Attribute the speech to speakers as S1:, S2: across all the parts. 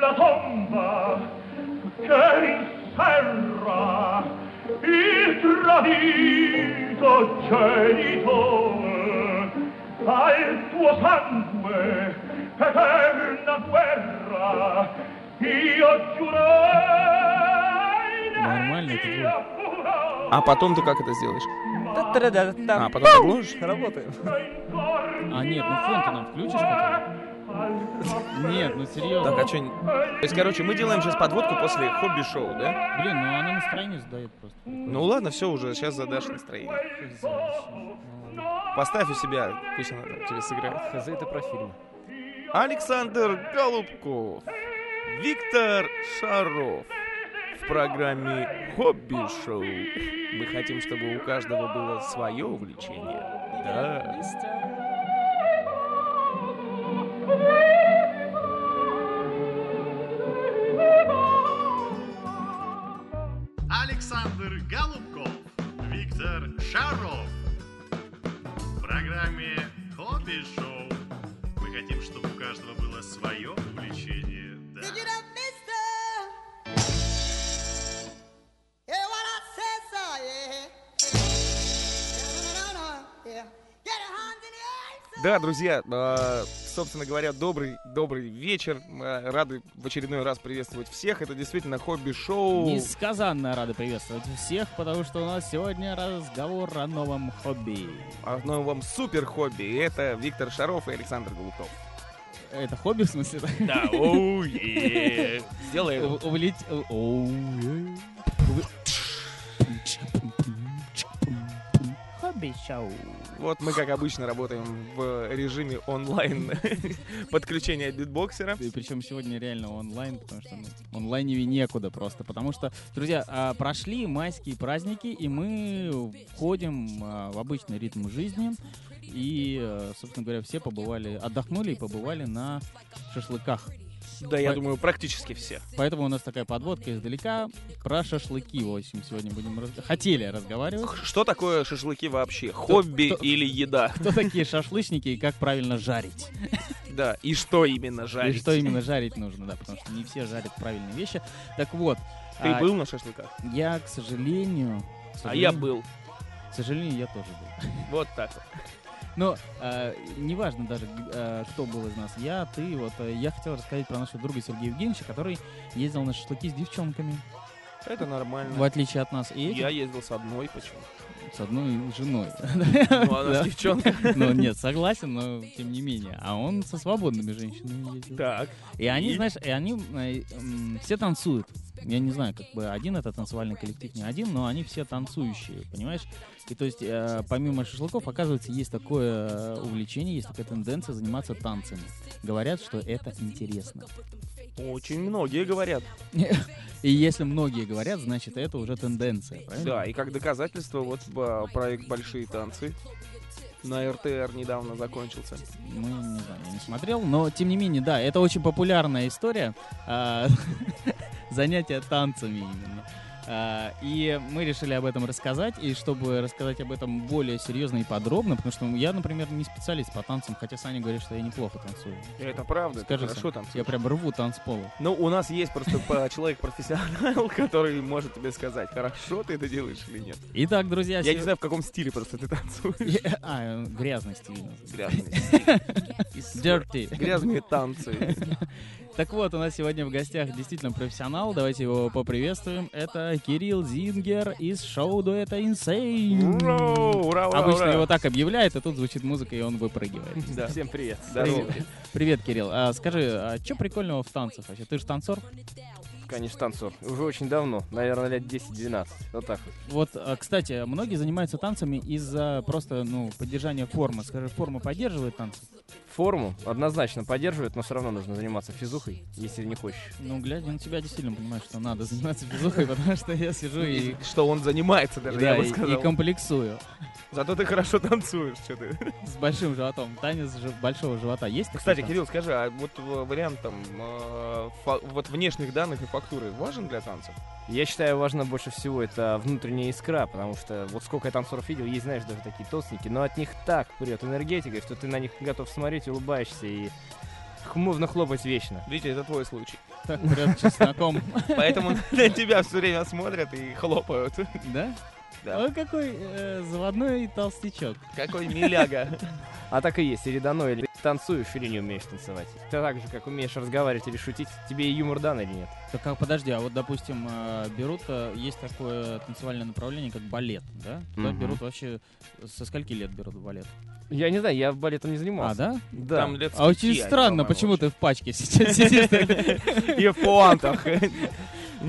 S1: la tomba che inferra il tradito genitore al tuo sangue eterna guerra io giurai
S2: Нормально это
S1: nel
S2: было.
S1: furore
S3: А потом ты как это сделаешь?
S4: Та-та-да-да-да.
S3: А, потом ты обложишь?
S4: Работаем.
S2: А, нет, ну фон ты нам включишь потом? Нет, ну серьезно.
S3: Так, а что... То есть, короче, мы делаем сейчас подводку после хобби-шоу, да?
S2: Блин, ну она настроение сдает просто.
S3: Ну ладно, все уже, сейчас задашь настроение. Поставь у себя, пусть она там тебе сыграет.
S4: Хз, это про фильм.
S3: Александр Голубков, Виктор Шаров. В программе «Хобби-шоу» мы хотим, чтобы у каждого было свое увлечение. Да.
S5: Александр Голубков, Виктор Шаров. В программе «Хобби Шоу» мы хотим, чтобы у каждого было свое увлечение. Да.
S6: Did you not miss her? Hear what I said, sir, yeah. Yeah, no, no, no, no, yeah. Get your hands in the air, sir.
S3: Да, друзья, э, собственно говоря, добрый, добрый вечер. Мы рады в очередной раз приветствовать всех. Это действительно хобби-шоу.
S2: Несказанно рады приветствовать всех, потому что у нас сегодня разговор о новом хобби.
S3: Одно вам супер хобби. И Это Виктор Шаров и Александр Голубков.
S2: Это хобби в смысле?
S3: Да, оу, е. Сделай это.
S2: У- увлеч- у- оу, е. Увы- Хобби шоу.
S3: Вот мы, как обычно, работаем в режиме онлайн подключения битбоксера.
S2: И причем сегодня реально онлайн, потому что ну, онлайневе некуда просто. Потому что, друзья, а, прошли майские праздники, и мы входим а, в обычный ритм жизни. И, э, собственно говоря, все побывали, отдохнули и побывали на шашлыках.
S3: Да, я думаю, практически все.
S2: Поэтому у нас такая подводка издалека про шашлыки. В общем, сегодня будем раз- хотели разговаривать.
S3: Ну, Что такое шашлыки вообще? Хобби
S2: кто-
S3: или еда?
S2: Кто такие шашлычники и как правильно жарить?
S3: Да, и что именно жарить?
S2: И что именно жарить нужно, да, потому что не все жарят правильные вещи. Так вот,
S3: Ты
S2: а,
S3: был на шашлыках?
S2: я, к сожалению... к
S3: А я
S2: сожалению-
S3: был.
S2: К сожалению, я тоже был.
S3: Вот так вот.
S2: Но а, неважно даже, г- а, кто был из нас, я, ты, вот. э, я хотел рассказать про нашего друга Сергея Евгеньевича, который ездил на шашлыки с девчонками,
S3: Это
S2: в
S3: нормально.
S2: отличие от нас. И
S3: Я ездил с одной, почему?
S2: с одной женой.
S3: Ну, она
S2: Да.
S3: с девчонкой.
S2: Ну, нет, согласен, но тем не менее. А он со свободными женщинами ездил.
S3: Так.
S2: И они,
S3: И?
S2: знаешь, и они э, м, все танцуют. Я не знаю, как бы один это танцевальный коллектив, не один, но они все танцующие, понимаешь? И то есть, э, помимо шашлыков, оказывается, есть такое э, увлечение, есть такая тенденция заниматься танцами. Говорят, что это интересно.
S3: Очень многие говорят.
S2: И если многие говорят, значит, это уже тенденция, правильно?
S3: Да, и как доказательство, вот б- проект «Большие танцы» на РТР недавно закончился.
S2: Ну, не знаю, я не смотрел, но тем не менее, да, это очень популярная история. а, Занятия танцами именно. А, И мы решили об этом рассказать, и чтобы рассказать об этом более серьезно и подробно, потому что я, например, не специалист по танцам, хотя Саня говорит, что я неплохо танцую.
S3: Это правда, ты
S2: Скажи,
S3: хорошо там.
S2: Я прям рву танцполы.
S3: Ну, у нас есть просто по- человек-профессионал, который может тебе сказать, хорошо ты это делаешь или нет.
S2: Итак, друзья,
S3: Я не
S2: сего-
S3: знаю, в каком стиле просто ты танцуешь.
S2: А, э, грязный стиль.
S3: Грязные.
S2: Dirty.
S3: Грязные танцы.
S2: Так вот, у нас сегодня в гостях действительно профессионал. Давайте его поприветствуем. Это Кирилл Зингер из шоу дуэта Insane.
S3: Ура, ура, ура,
S2: Обычно
S3: ура.
S2: его так объявляют, а тут звучит музыка, и он выпрыгивает.
S3: Да.
S4: Всем привет.
S3: Здорово.
S2: Привет, Кирилл. А, скажи, а что прикольного в танцах вообще? Ты же танцор?
S4: Конечно, танцор. Уже очень давно. Наверное, лет 10-12. Вот так вот.
S2: Вот, а, кстати, многие занимаются танцами из-за просто, ну, поддержания формы. Скажи, форма поддерживает танцы?
S4: Форму однозначно поддерживают, но все равно нужно заниматься физухой, если не хочешь.
S2: Ну, глядя на тебя, действительно понимаю, что надо заниматься физухой, потому что я сижу и,
S3: И Что он занимается даже,
S2: да,
S3: я бы
S2: и-
S3: сказал.
S2: и комплексую
S3: Зато ты хорошо танцуешь, что ты.
S2: с большим животом. Танец жи- большого живота есть? такой
S3: Кстати,
S2: танц?
S3: Кирилл, скажи, а вот э, вариант там э, фа- вот внешних данных и фактуры важен для танцев?
S4: Я считаю, важно больше всего это внутренняя искра, потому что вот сколько я танцоров видел, есть, знаешь, даже такие толстенькие, но от них так прет энергетикой, что ты на них готов смотреть, улыбаешься и х- хм-, можно хлопать вечно.
S3: Видите, это твой случай.
S2: кустах прет чесноком.
S3: Поэтому на тебя все время смотрят и хлопают.
S2: Да?
S3: Да.
S2: Ой, какой э, заводной толстячок.
S3: Какой миляга.
S4: А так и есть, или дано, или ты танцуешь, или не умеешь танцевать. Ты так же, как умеешь разговаривать или шутить, тебе и юмор дан или нет.
S2: Так а подожди, а вот, допустим, э, берут, э, есть такое танцевальное направление, как балет, да? Туда
S4: Мгм.
S2: берут вообще, со скольки лет берут в балет?
S4: Я не знаю, я балетом не
S2: А,
S4: занимался.
S2: да?
S4: Да.
S3: Там лет с
S2: А очень
S3: пяти они,
S2: странно,
S3: по-моему,
S2: почему ты в пачке сейчас сидишь.
S3: И в пуантах.
S2: вот,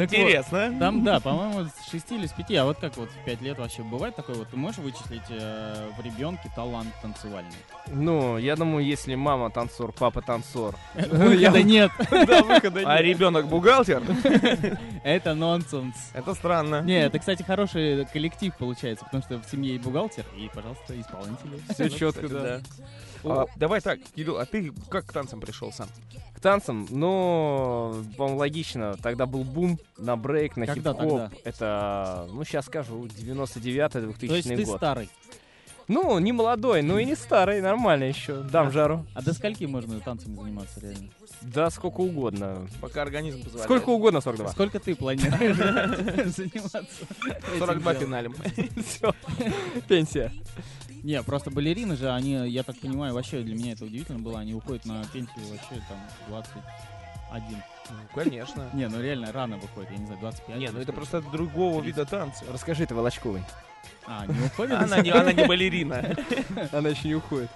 S3: Интересно.
S2: Там, да, по-моему, с 6 или с 5, а вот как вот в 5 лет вообще бывает такое, вот ты можешь вычислить э, в ребенке талант танцевальный?
S4: Ну, я думаю, если мама танцор, папа танцор.
S2: Выхода Ну, нет,
S3: А ребенок бухгалтер?
S2: это нонсенс.
S3: Это странно.
S2: Не, это, кстати, хороший коллектив получается, потому что в семье и бухгалтер, и, пожалуйста, исполнители.
S4: Все четко,
S3: Ну, кстати,
S4: да.
S3: А, Давай так, Кирилл, а ты как к танцам пришел сам?
S4: К танцам, ну, по-моему, логично. Тогда был бум на брейк, на
S2: Когда
S4: хип-хоп.
S2: тогда?
S4: Это, ну, сейчас скажу, 99-2000
S2: То есть ты
S4: год.
S2: старый.
S4: Ну, не молодой, но и не старый, нормально еще. Дам жару.
S2: А до скольки можно танцами заниматься реально?
S4: Да, сколько угодно.
S3: Пока организм позволяет.
S4: Сколько угодно, 42.
S2: Сколько ты планируешь да, заниматься? этим
S3: 42
S2: делом?
S3: финалем.
S4: Все. Пенсия.
S2: Не, просто балерины же, они, я так понимаю, вообще для меня это удивительно было, они уходят на пенсию вообще там 21.
S3: Конечно.
S2: Не, ну реально рано выходит, я не знаю, 25.
S3: Не, ну
S2: сколько.
S3: это просто другого вида танца.
S4: Расскажи ты Волочковой.
S2: А, не уходит?
S3: Она не, она не балерина.
S4: Она еще не уходит.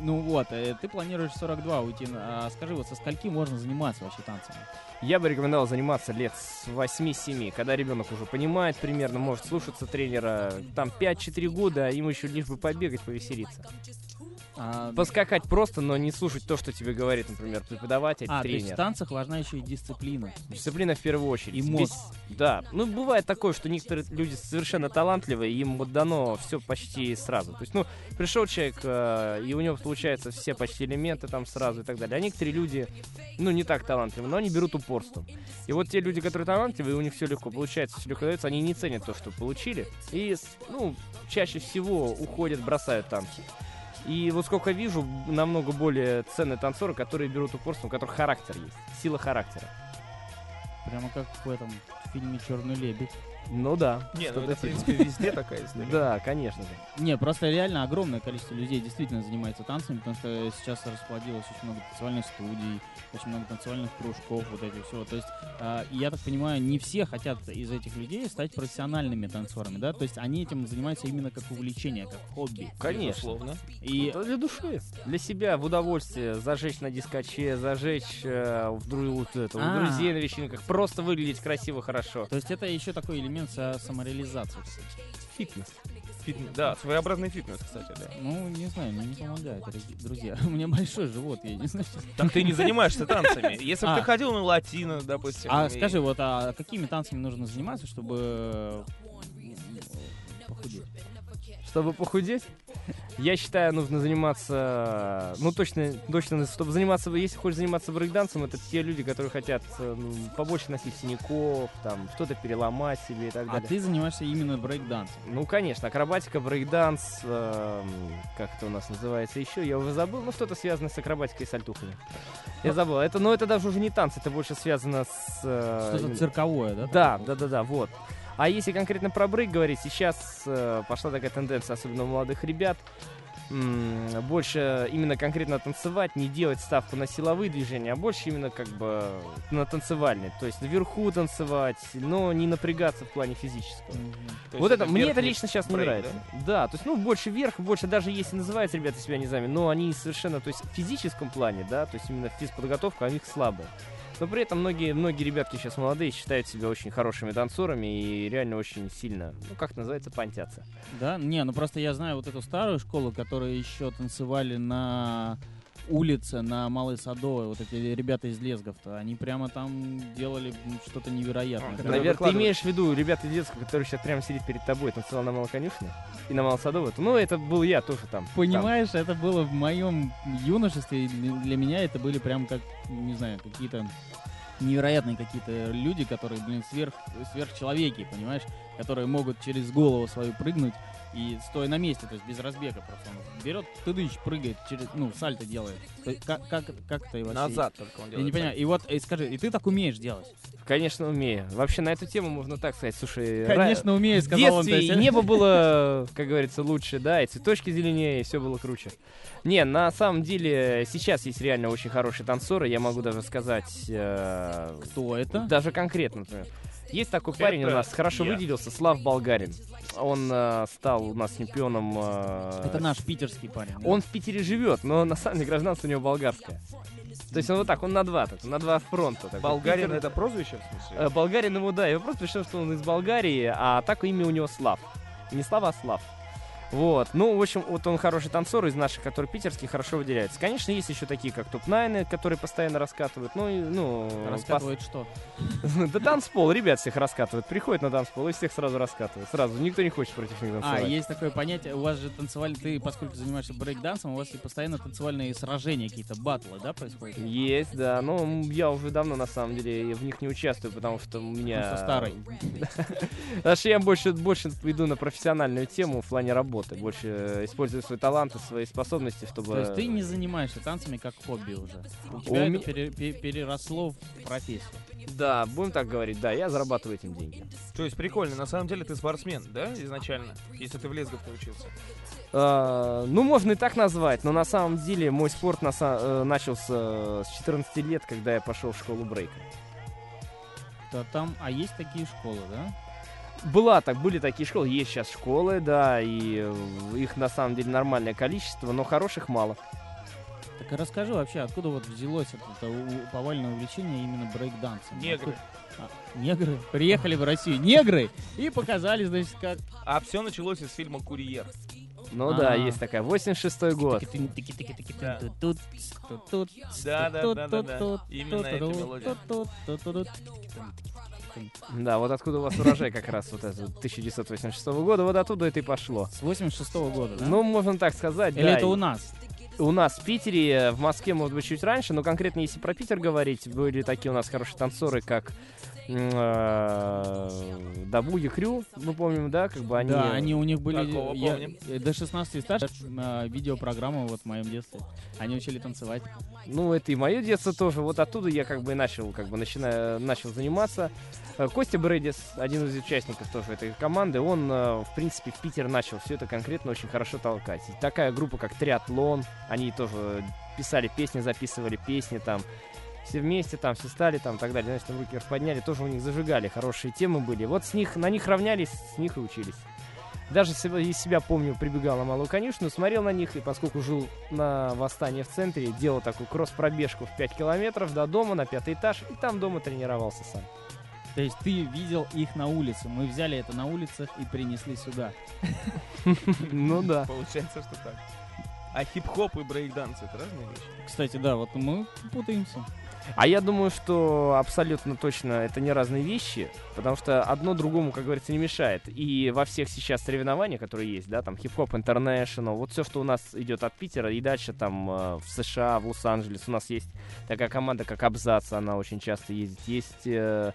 S2: Ну вот, э, ты планируешь 42 уйти, на- а скажи, вот со скольки можно заниматься вообще танцами?
S4: Я бы рекомендовал заниматься лет с 8-7, когда ребенок уже понимает примерно, может слушаться тренера. Там 5-4 года, а им еще лишь бы побегать, повеселиться.
S2: А,
S4: Поскакать просто, но не слушать то, что тебе говорит, например, преподаватель,
S2: а, то есть в
S4: тренер.
S2: танцах важна еще и дисциплина.
S4: Дисциплина в первую очередь.
S2: И
S4: Без-
S2: мозг.
S4: Да. Ну, бывает такое, что некоторые люди совершенно талантливые, и им вот дано все почти сразу. То есть, ну, пришел человек, э, и у него получается все почти элементы там сразу и так далее. А некоторые люди, ну, не так талантливые, но они берут упорством. И вот те люди, которые талантливые, у них все легко получается, все легко дается, они не ценят то, что получили. И, с- ну, чаще всего уходят, бросают танцы. И вот сколько вижу, намного более ценные танцоры, которые берут упорством, у которых характер есть, сила характера.
S2: Прямо как в этом фильме «Черный лебедь».
S4: Ну да.
S3: Не, ну
S4: что-то
S3: это, в
S4: типа.
S3: принципе, везде такая история.
S4: Да, конечно же.
S2: Не, просто реально огромное количество людей действительно занимается танцами, потому что сейчас расплодилось очень много танцевальных студий, очень много танцевальных кружков, вот этих всего. То есть, а, и я так понимаю, не все хотят из этих людей стать профессиональными танцорами, да? То есть они этим занимаются именно как увлечение, как хобби.
S3: Безусловно.
S2: И
S4: Это для души. Для себя, в удовольствие. Зажечь на дискоче, зажечь э, в дру- вот это,
S2: А.
S4: у друзей на вечеринках. Просто выглядеть красиво, хорошо.
S2: то есть это еще такой элемент со- самореализации. кстати.
S4: Фитнес.
S3: Фитнес- Да, своеобразный фитнес, кстати, да.
S2: Ну, не знаю, мне не помогает, дорогие друзья. У меня большой живот, я не знаю, что...
S3: Так ты не занимаешься танцами. Если бы
S2: А.
S3: ты ходил на латино, допустим.
S2: А
S3: и-
S2: скажи, вот, а какими танцами нужно заниматься, чтобы э, похудеть?
S4: Чтобы похудеть, я считаю, нужно заниматься... Ну, точно, точно, чтобы заниматься... Если хочешь заниматься брейкдансом, это те люди, которые хотят э, ну, побольше носить синяков, там, что-то переломать себе и так
S2: А
S4: далее.
S2: ты занимаешься именно брейкдансом.
S4: Ну, конечно, акробатика, брейкданс, эм, как это у нас называется еще, я уже забыл, ну, что-то связано с акробатикой и сальтухами. Я забыл, это, но это даже уже не танцы, это больше связано с... э,
S2: Что-то
S4: именно-
S2: цирковое, да?
S4: Да,
S2: такое?
S4: да, да, да, вот. А если конкретно про брейк говорить, сейчас э, пошла такая тенденция, особенно у молодых ребят, м, больше именно конкретно танцевать, не делать ставку на силовые движения, а больше именно как бы на танцевальные. То есть наверху танцевать, но не напрягаться в плане физического.
S2: Мгм.
S3: То есть
S4: Вот это, мне это
S3: верхний
S4: лично сейчас не
S3: брейк,
S4: нравится. Да? то есть, ну, больше вверх, больше, даже если называется ребята себя низами, но они совершенно, то есть, в физическом плане, да, то есть, именно физподготовка у них слабая. Но при этом многие, многие ребятки сейчас молодые считают себя очень хорошими танцорами и реально очень сильно, ну, как называется, понтятся.
S2: Да? Не, ну просто я знаю вот эту старую школу, которые еще танцевали на улице, на Малой Садовой, вот эти ребята из Лезгов-то, они прямо там делали м, что-то невероятное.
S3: А,
S2: Прям-
S3: Которые
S4: Наверное, ты
S3: выкладывают.
S4: имеешь в виду ребята из детского, который сейчас прямо сидит перед тобой, танцевал на Малоконюшне и на Малосадовой. Ну, это был я тоже там.
S2: Понимаешь, это было в моем юношестве, и для для меня это были прям как, не знаю, какие-то невероятные какие-то люди, которые, блин, сверх, сверхчеловеки, понимаешь, которые могут через голову свою прыгнуть и стоя на месте, то есть без разбега просто. Он берет, тыдыч, прыгает, через, ну, сальто делает. То есть Как, как, как это, Ивасей?
S4: Назад только он
S2: Я
S4: делает.
S2: не понимаю. И вот, и скажи, и ты так умеешь делать?
S4: Конечно, умею. Вообще на эту тему можно так сказать. Слушай, ра-
S2: Конечно, умею,
S4: в
S2: сказал он. то
S4: детстве
S2: есть-
S4: и небо было, как говорится, лучше, да, и цветочки зеленее, и все было круче. Не, на самом деле сейчас есть реально очень хорошие танцоры, я могу даже сказать, э,
S2: Кто это?
S4: даже конкретно, например. Есть такой парень у нас, хорошо
S3: я.
S4: выделился, Слав Болгарин. Он э, стал у нас чемпионом... э,
S2: Это наш питерский парень. да?
S4: Он в Питере живет, но на самом деле гражданство у него болгарское. То есть он вот так, он на два, так, на два фронта. такой.
S3: Болгарин
S4: Питер-
S3: это прозвище, в смысле?
S4: Э, Болгарин ему, да, я просто решил, что он из Болгарии, а так имя у него Слав. Не Слава, а Слав. Вот, ну, в общем, вот он хороший танцор из наших, которые питерские, хорошо выделяется. Конечно, есть еще такие, как Тупнайны, которые постоянно раскатывают, ну, и, ну...
S2: рассказывает, что?
S4: пас- Да танцпол, ребят всех раскатывают, приходят на танцпол и всех сразу раскатывают, сразу, никто не хочет против них
S2: А,
S4: танцевать.
S2: есть такое понятие, у вас же танцевали, ты, поскольку занимаешься брейкдансом, у вас и постоянно танцевальные сражения какие-то, батлы, да, происходят?
S4: Есть, да, но м, я уже давно, на самом деле, в них не участвую, потому что у меня...
S2: Просто старый.
S4: Потому что я больше, больше иду на профессиональную тему в плане работы. Больше э, использую свои таланты, свои способности, чтобы...
S2: То есть ты не занимаешься танцами как хобби уже. У тебя
S4: меня-
S2: это пере- пе- переросло в профессию.
S4: Да, будем так говорить, да, я зарабатываю этим деньги.
S3: То есть прикольно, на самом деле ты спортсмен, да, изначально? Если ты в лесгов учился.
S4: А, ну, можно и так назвать, но на самом деле мой спорт на са- э, начался с 14 лет, когда я пошел в школу брейка.
S2: Да там, а есть такие школы, да?
S4: Была так, были такие школы, есть сейчас школы, да, и э, их на самом деле нормальное количество, но хороших мало.
S2: Так и расскажи вообще, откуда вот взялось это, это у- повальное увлечение именно брейкдансом?
S3: Негры.
S2: А, негры приехали в Россию, негры, и показали, значит, как...
S3: А все началось из фильма «Курьер».
S4: Ну да,
S2: А.
S4: есть такая, 86-й год.
S3: Да. Да, да, да, да, да. Именно эта мелодия.
S2: С
S4: Да, вот откуда у вас урожай как раз вот это 1986 года, вот оттуда это и пошло.
S2: 86 года, да?
S4: Ну, можно так сказать,
S2: Или
S4: да,
S2: это у
S4: и-
S2: нас?
S4: у нас в Питере, э, в Москве, может быть, чуть раньше, но конкретно если про Питер говорить, были такие у нас хорошие танцоры, как м, э, Дабуги Крю, мы помним, да, как бы они...
S2: да, они у них были
S3: Такого
S2: я-
S3: помним.
S2: э, до 16 и старше э, видеопрограмма вот в моем детстве. Они учили танцевать.
S4: Ну, это и мое детство тоже. Вот оттуда я как бы и начал, как бы начинаю, начал заниматься. Э, Костя Бредис, один из участников тоже этой команды, он, э, в принципе, в Питер начал все это конкретно очень хорошо толкать. И такая группа, как Триатлон, они тоже писали песни, записывали песни там. Все вместе там, все стали там и так далее. Значит, там руки вверх подняли, тоже у них зажигали, хорошие темы были. Вот с них, на них равнялись, с них и учились. Даже себя- из себя помню, прибегал на малую конюшню, смотрел на них, и поскольку жил на восстании в центре, делал такую кросс-пробежку в 5 километров до дома на пятый этаж, и там дома тренировался сам.
S2: То есть ты видел их на улице. Мы взяли это на улицах и принесли сюда.
S4: Ну да.
S3: Получается, что так. А хип-хоп и брейк-данс — это разные вещи?
S2: Кстати, да, вот мы путаемся.
S4: А я думаю, что абсолютно точно это не разные вещи, потому что одно другому, как говорится, не мешает. И во всех сейчас соревнованиях, которые есть, да, там хип-хоп интернешнл, вот все, что у нас идет от Питера и дальше там э, в США, в Лос-Анджелес, у нас есть такая команда, как Абзац, она очень часто ездит. Есть, э,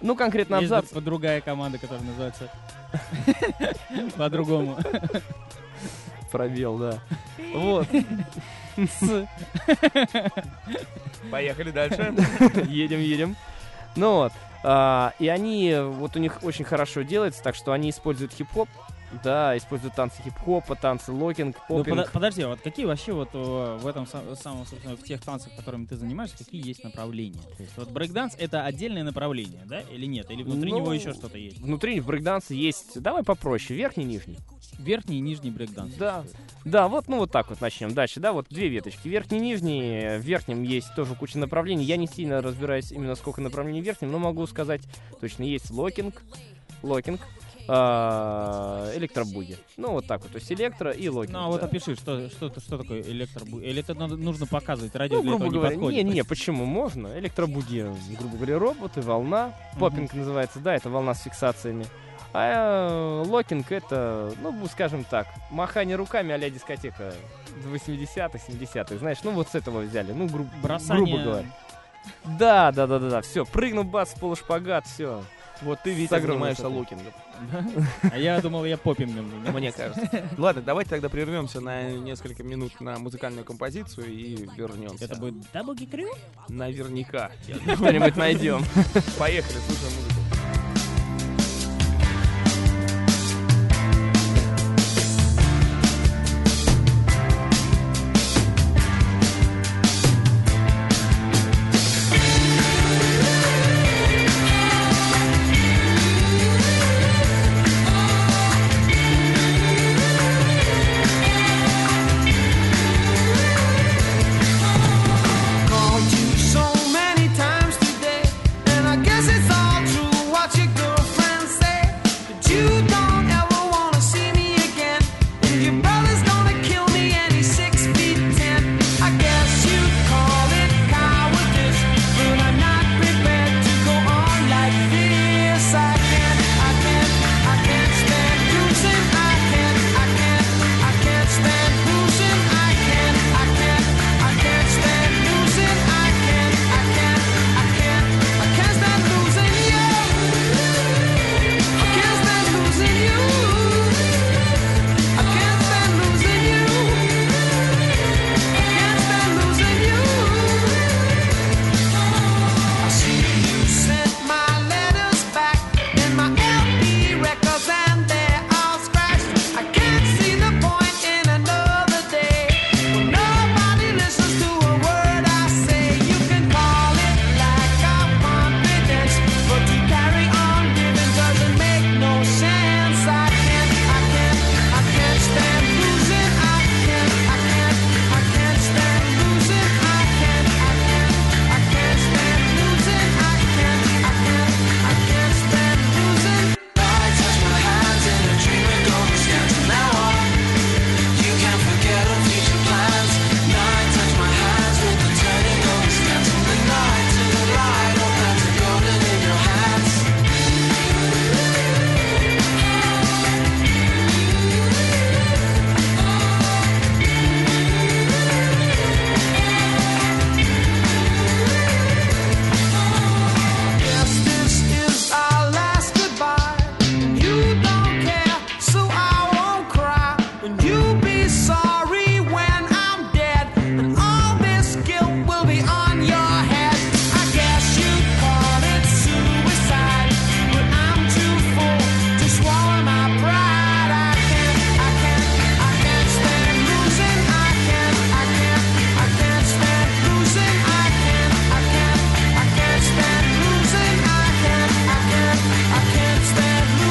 S4: ну конкретно
S2: Есть
S4: Абзац,
S2: друг- другая команда, которая называется по-другому.
S4: Пробел, да. Вот,
S2: С.
S3: Поехали дальше.
S4: едем, едем. Ну вот. а, И они, вот у них очень хорошо делается, так что они используют хип-хоп, да, используют танцы хип-хопа, танцы локинг,
S2: Ну,
S4: попинг.
S2: подо- подожди, а вот какие вообще вот э, в этом са- самом, собственно, в тех танцах, которыми ты занимаешься, какие есть направления? То есть вот брейкданс это отдельное направление, да, или нет? Или внутри
S4: Ну,
S2: него еще что-то есть?
S4: Внутри в брейкдансе есть, давай попроще, верхний, нижний.
S2: Верхний и нижний брейкданс.
S4: Да, да, вот, ну вот так вот начнем дальше, да, вот две веточки, верхний, нижний, в верхнем есть тоже куча направлений, я не сильно разбираюсь именно сколько направлений в верхнем, но могу сказать точно, есть локинг, локинг, а, электробуги, ну вот так вот, то есть электро и локинг.
S2: Ну а вот
S4: да.
S2: опиши, что, что, это- что такое электробу... Или это надо, нужно показывать, радио
S4: Ну,
S2: для этого
S4: грубо
S2: не
S4: говоря, не,
S2: подходит.
S4: не, почему можно? Электробуги, грубо говоря, роботы, волна.
S2: Мгм.
S4: Поппинг называется, да, это волна с фиксациями. А э, локинг это, ну, бу- скажем так, махание руками а-ля дискотека 80-х, 70-х, знаешь, ну вот с этого взяли, ну, гру-
S2: Бросание...
S4: грубо говоря. Да, да, да, да, да, все, прыгнул, бац, полушпагат, все.
S3: Вот ты, Витя,
S4: огромной
S3: занимаешься
S4: высоты.
S3: лукингом,
S2: А я думал, я попингом. занимаюсь.
S3: мне кажется. Ладно, давайте тогда прервемся на несколько минут на музыкальную композицию и вернемся.
S2: Это будет Double Crew?
S3: Наверняка. Я думаю, Что-нибудь найдем. Поехали, слушаем музыку.
S7: Called you so many times today, and I guess it's all true what your girlfriend said. But you don't ever wanna see me again, and your brother's gonna kill me, and he's six feet ten. I guess you call it cowardice, but I'm not prepared to go on like this. I can't, I can't, I can't stand losing. I can't, I can't, I can't stand losing. I can't, I can't, I can't stand losing. I can't, I can't, I can't, I can't stand losing you. I can't stand losing you. I can't stand losing you. I can't stand losing you. I see you sent my letters back and my LP records and they're all scratched. I can't see the point in another day. Nobody listens to a word I say. You can call it like a confidence, but to carry on giving doesn't make no sense. I can't, I can't, I can't stand losing. I can't, I can't, I can't stand losing. I can't, I can't, I can't stand losing. I can't, I can't, I can't stand losing. I touch my hands in a dream and go stand now on. You can't forget our future plans. Now I touch my hands with the turning gold stands from the night to the light. All hands are golden in your hands. Yes, this is our last goodbye. You don't care, so I won't cry. And you'll be sorry when I'm dead. And all this guilt will be on your head. I guess you call it suicide. But I'm too full to swallow my pride. I can't, I can't, I can't stand losing. I can't, I can't, I can't stand losing. I can't, I can't, I can't stand losing. I can't, I can't, I can't stand losing.